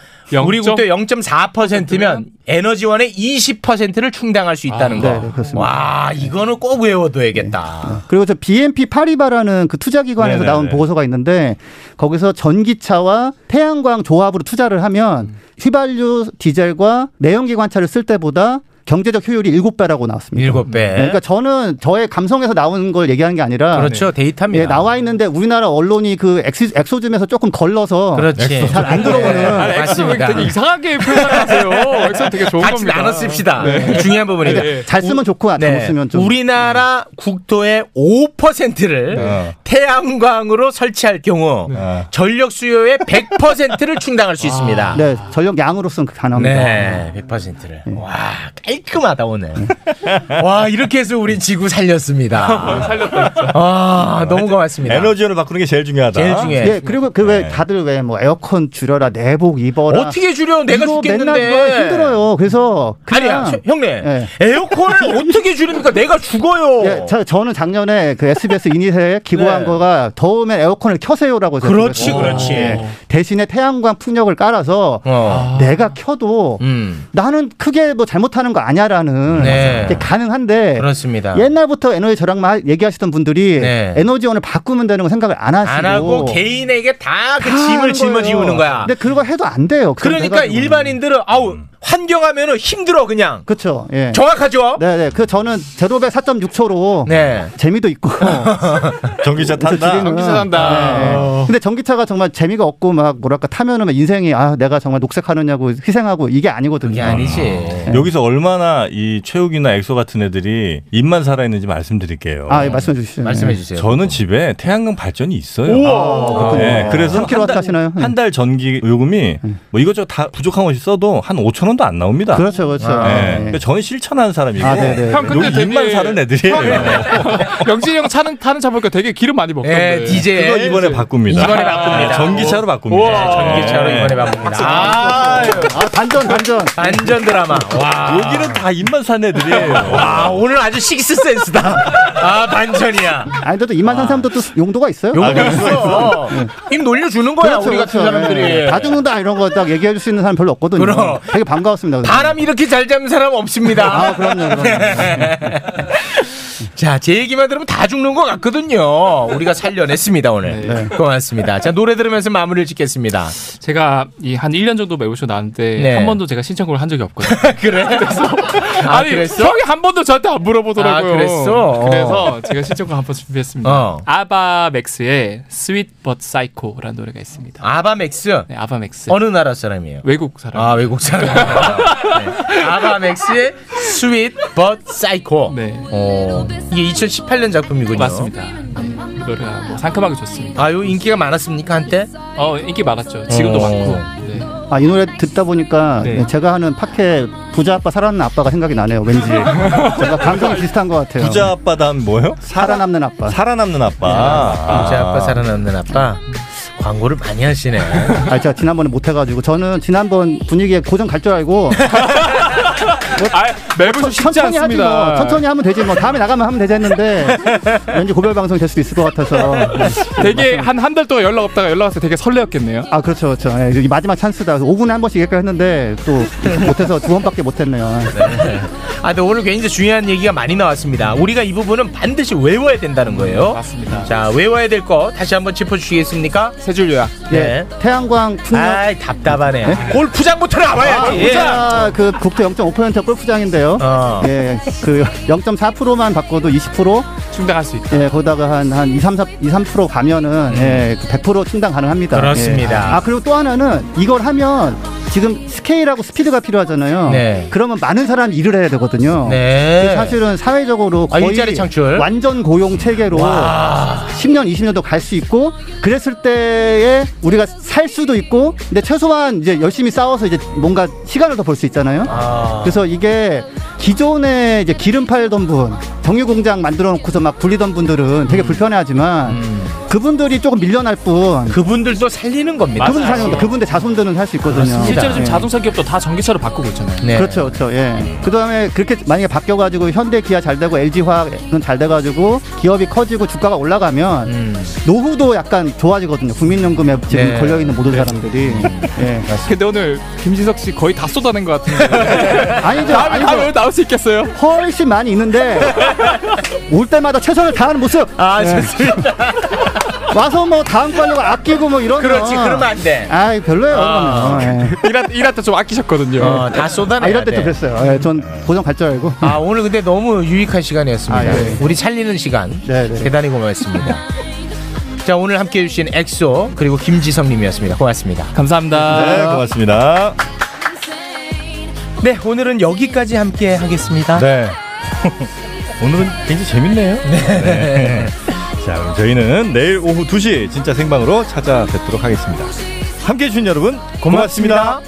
S13: 우리
S18: 0.4%
S13: 국토의 0.4%면 에너지원의 20%를 충당할 수 있다는
S18: 아,
S13: 거.
S18: 네, 네, 그렇습니다.
S13: 와, 이거는 꼭 외워둬야겠다.
S18: 그리고 저 BNP 파리바라는 그 투자기관에서
S13: 네네네.
S18: 나온 보고서가 있는데 거기서 전기차와 태양광 조합으로 투자를
S13: 음.
S18: 하면 휘발유 디젤과 내연기관차를 쓸 때보다 경제적 효율이 7배라고 나왔습니다.
S13: 7배.
S18: 그러니까 저는 저의 감성에서 나온 걸 얘기하는 게 아니라
S13: 네. 그렇죠. 데이터입니다.
S18: 예, 나와 있는데 우리나라 언론이 그 엑시, 엑소즘에서 조금 걸러서
S13: 그렇지.
S18: 잘 안
S13: 네.
S18: 들어오는
S17: 아니, 엑소 되게 이상하게 표현하세요. 엑소 되게 좋은
S13: 같이
S17: 겁니다.
S13: 나눠 씁시다.
S17: 네.
S13: 중요한 부분이에요.
S17: 네.
S18: 그러니까 잘 쓰면 좋고 안 쓰면 좀
S13: 예,
S18: 네.
S13: 우리나라 국토의 5%를
S9: 네.
S13: 태양광으로 설치할 경우 전력 수요의 100%를 충당할 수 있습니다.
S18: 네, 전력 양으로서는 가능합니다.
S13: 네, 100%를. 와, 깔끔하다 오늘. 와, 이렇게 해서 우리 지구 살렸습니다. 아, 너무 고맙습니다.
S9: 어, 에너지원을 바꾸는 게 제일 중요하다.
S13: 제일 중요해. 네.
S18: 예, 그리고 그 왜 다들 왜 뭐 에어컨 줄여라, 내복 입어라.
S13: 어떻게 줄여? 내가
S18: 이거
S13: 죽겠는데.
S18: 맨날 그거 힘들어요. 그래서 그냥 네.
S13: 아니야, 셔- 형님. 에어컨을 어떻게 줄입니까? 내가 죽어요.
S18: 예, 저, 저는 작년에 그 SBS 이닛에 기부한
S13: 네.
S18: 거가 더우면 에어컨을 켜세요라고 제가
S13: 그렇지,
S18: 그랬어요. 네.
S13: 그렇지.
S18: 대신에 태양광 풍력을 깔아서
S13: 어.
S18: 내가 켜도
S13: 음.
S18: 나는 크게 뭐 잘못하는 거 아니야라는
S13: 네.
S18: 게 가능한데
S13: 그렇습니다.
S18: 예, 옛날부터 에너지 저랑만 얘기하시던 분들이 에너지원을 바꾸면 되는 거 생각을 안 하시고
S13: 네. 안 하고 개인에게 다 그
S18: 다 하는
S13: 짐을 짊어지우는
S18: 거예요.
S13: 거야.
S18: 근데 그거 해도 안 돼요. 그래서
S13: 그러니까
S18: 내가 음. 지금.
S13: 일반인들은 아우 환경하면은 힘들어 그냥.
S18: 그렇죠. 예.
S13: 정확하죠?
S18: 네, 네. 그 저는 제로백 4.6초로
S13: 네.
S18: 재미도 있고
S9: 전기차
S18: 그래서
S9: 탄다.
S18: 지금은-
S13: 아.
S18: 네, 네. 근데 전기차가 정말 재미가 없고 막 뭐랄까 타면은 막 인생이 아 내가 정말 녹색하느냐고 희생하고 이게 아니거든요.
S13: 이게 아니지. 네.
S9: 여기서 얼마나 이 최욱이나 엑소 같은 애들이 입만 살아있는지 말씀드릴게요.
S18: 아, 예, 말씀해 주시죠. 말씀해 주세요.
S9: 저는 집에 태양광 발전이 있어요.
S18: 우와.
S13: 아.
S18: 그렇군요.
S9: 네, 그래서
S18: 3kW 아. 하시나요? 네.
S9: 한 달 전기 요금이 뭐 이것저것 다 부족한 것이 써도 한 5천 원도 안 나옵니다.
S18: 그렇죠, 그렇죠.
S9: 네.
S18: 아, 예.
S9: 그러니까 저는 실천하는 사람이고
S18: 아, 네, 네.
S17: 형, 근데
S9: 여기 입만
S17: 되게-
S9: 사는 애들이에요.
S17: 영진이 형 차는 타는 차 보니까 되게 기름 많이 먹던데.
S13: 예, 디젤.
S9: 그거 네, 이번에 바꿉니다.
S13: 이번에 바꿉니다.
S9: 네, 전기차로 바꿉니다.
S13: 어. 전기차로 이번에 바꿉니다.
S9: 아,
S18: 예. 반전 반전
S13: 반전 드라마. 와.
S9: 여기는 오늘은 다 입만 산 애들이에요.
S13: 와 오늘 아주 식스 센스다. 아 반전이야.
S18: 아니, 너도 이만 산 사람도 또 용도가 있어요?
S13: 용도가 아, 있어. 있어. 입 놀려주는 거야 우리 같은 사람들이.
S18: 그렇죠, 네. 다 죽는다 이런 거 딱 얘기해 줄 수 있는 사람 별로 없거든요.
S13: 그럼.
S18: 되게 반가웠습니다. 그래서.
S13: 바람 이렇게 잘 잡는 사람 없습니다.
S18: 아, 그럼요.
S13: 자, 제 얘기만 들으면 다 죽는 것 같거든요. 우리가 살려냈습니다, 오늘.
S18: 네.
S13: 고맙습니다. 자, 노래 들으면서 마무리를 짓겠습니다.
S17: 제가 이 한 1년 정도 매부쇼 나왔는데
S13: 네.
S17: 한 번도 제가 신청곡을 한 적이 없거든요.
S13: 그래?
S17: 아, 니 형이 한 번도 저한테 안 물어보더라고요.
S13: 아, 그랬어?
S17: 그래서
S13: 어.
S17: 제가 신청곡 한 번 준비했습니다.
S13: 어.
S17: 아바맥스의 Sweet But Psycho라는 노래가 있습니다.
S13: 아바맥스?
S17: 네, 아바맥스.
S13: 어느 나라 사람이에요?
S17: 외국 사람.
S13: 아, 외국 사람. 네. 아바맥스의 스윗 but 사이코. 어, 이게 2018년 작품이군요.
S17: 네. 맞습니다. 노래가 뭐 상큼하게 좋습니다.
S13: 아, 요 인기가 많았습니까 한때?
S17: 어, 인기 많았죠. 지금도
S13: 어.
S17: 많고. 네.
S18: 아, 이 노래 듣다 보니까
S13: 네.
S18: 제가 하는 팟캐 부자 아빠 살아남는 아빠가 생각이 나네요. 왠지 제가 감성이 비슷한 것 같아요.
S9: 부자 아빠 다음 뭐예요?
S18: 살아남는 아빠.
S9: 살아남는 아빠.
S13: 부자 아빠 살아남는 아빠. 광고를 많이 하시네.
S18: 아, 제가 지난번에 못해가지고 저는 지난번 분위기에 고정 갈 줄 알고 뭐
S17: 아, 매번
S18: 천천히 하지 뭐 천천히 하면 되지 뭐 다음에 나가면 하면 되지 했는데 왠지 고별 방송 될 수도 있을 것 같아서
S17: 되게 한 한 달 동안 연락 없다가 연락 와서 되게 설레었겠네요.
S18: 아 그렇죠 그렇죠 예, 이 마지막 찬스다 5분에 한 번씩 얘기를 했는데 또 못해서 두 번밖에 못했네요
S13: 아, 근데 오늘 굉장히 중요한 얘기가 많이 나왔습니다. 우리가 이 부분은 반드시 외워야 된다는 거예요. 맞습니다. 자, 외워야 될 거 다시 한번 짚어주시겠습니까? 세 줄 요약.
S18: 예, 태양광 풍력
S13: 아이, 답답하네.
S18: 네?
S13: 골프장부터 어.
S18: 아,
S13: 나와야지.
S18: 골프장 그 국토 0.5% 골프장인데요. 예, 그 0.4%만 바꿔도 20%
S17: 충당할 수
S18: 있다. 예, 거기다가 한한 2, 3, 4, 2, 3% 가면은 예, 그100% 충당 가능합니다.
S13: 음. 그렇습니다.
S18: 예. 아 그리고 또 하나는 이걸 하면 지금 스케일하고 스피드가 필요하잖아요.
S13: 네.
S18: 그러면 많은 사람이 일을 해야 되거든요.
S13: 네.
S18: 그래서 사실은 사회적으로
S13: 아,
S18: 거의
S13: 일자리 창출.
S18: 완전 고용 체계로
S13: 와.
S18: 10년, 20년도 갈 수 있고 그랬을 때에 우리가 살 수도 있고 근데 최소한 이제 열심히 싸워서 이제 뭔가 시간을 더 벌 수 있잖아요. 그래서 이게 기존에 이제 기름 팔던 분, 정유 공장 만들어 놓고서 막 굴리던 분들은
S13: 음.
S18: 되게 불편해하지만 그분들이 조금 밀려날 뿐
S13: 그분들도 살리는 겁니다.
S18: 그분들
S17: 맞아요.
S18: 살리는 겁니다. 그분들 자손들은 살 수 있거든요.
S17: 실제로 지금
S13: 네.
S18: 예.
S17: 자동차 기업도 다 전기차로 바꾸고 있잖아요.
S18: 그렇죠, 그렇죠. 예. 그 다음에 그렇게 만약에 바뀌어가지고 현대 기아 잘 되고 LG 화학은 잘 돼가지고 기업이 커지고 주가가 올라가면
S13: 음.
S18: 노후도 약간 좋아지거든요. 국민연금에 지금
S17: 네.
S18: 걸려 있는 모든
S17: 네.
S18: 사람들이. 예.
S17: 근데 오늘 김진석 씨 거의 다 쏟아낸 것 같은데.
S18: 아니죠,
S17: 다음에
S18: 아니죠.
S17: 다음에 나올 수 있겠어요?
S18: 훨씬 많이 있는데 올 때마다 최선을 다하는 모습.
S13: 아
S18: 예.
S13: 좋습니다.
S18: 와서 뭐 다음 걸로 아끼고 뭐 이런.
S13: 그렇지, 그러면 안 돼.
S18: 아 별로예요.
S13: 아.
S18: 그러면. 예.
S17: 일할, 때- 일할 때 좀 아끼셨거든요.
S13: 어, 다 쏟아내야
S18: 아, 이럴
S13: 돼. 네.
S18: 때좀 그랬어요. 예, 전 고정 갈 줄 알고.
S13: 아 오늘 근데 너무 유익한 시간이었습니다.
S18: 아, 예.
S13: 우리 살리는 시간 대단히 고맙습니다. 자 오늘 함께해 주신 엑소 그리고 김지성님이었습니다. 고맙습니다.
S17: 감사합니다.
S9: 네, 고맙습니다.
S13: 네 오늘은 여기까지 함께 하겠습니다.
S9: 네. 오늘은 굉장히 재밌네요. 네. 자, 그럼 저희는 내일 오후 2시 진짜 생방으로 찾아뵙도록 하겠습니다. 함께 해주신 여러분, 고맙습니다.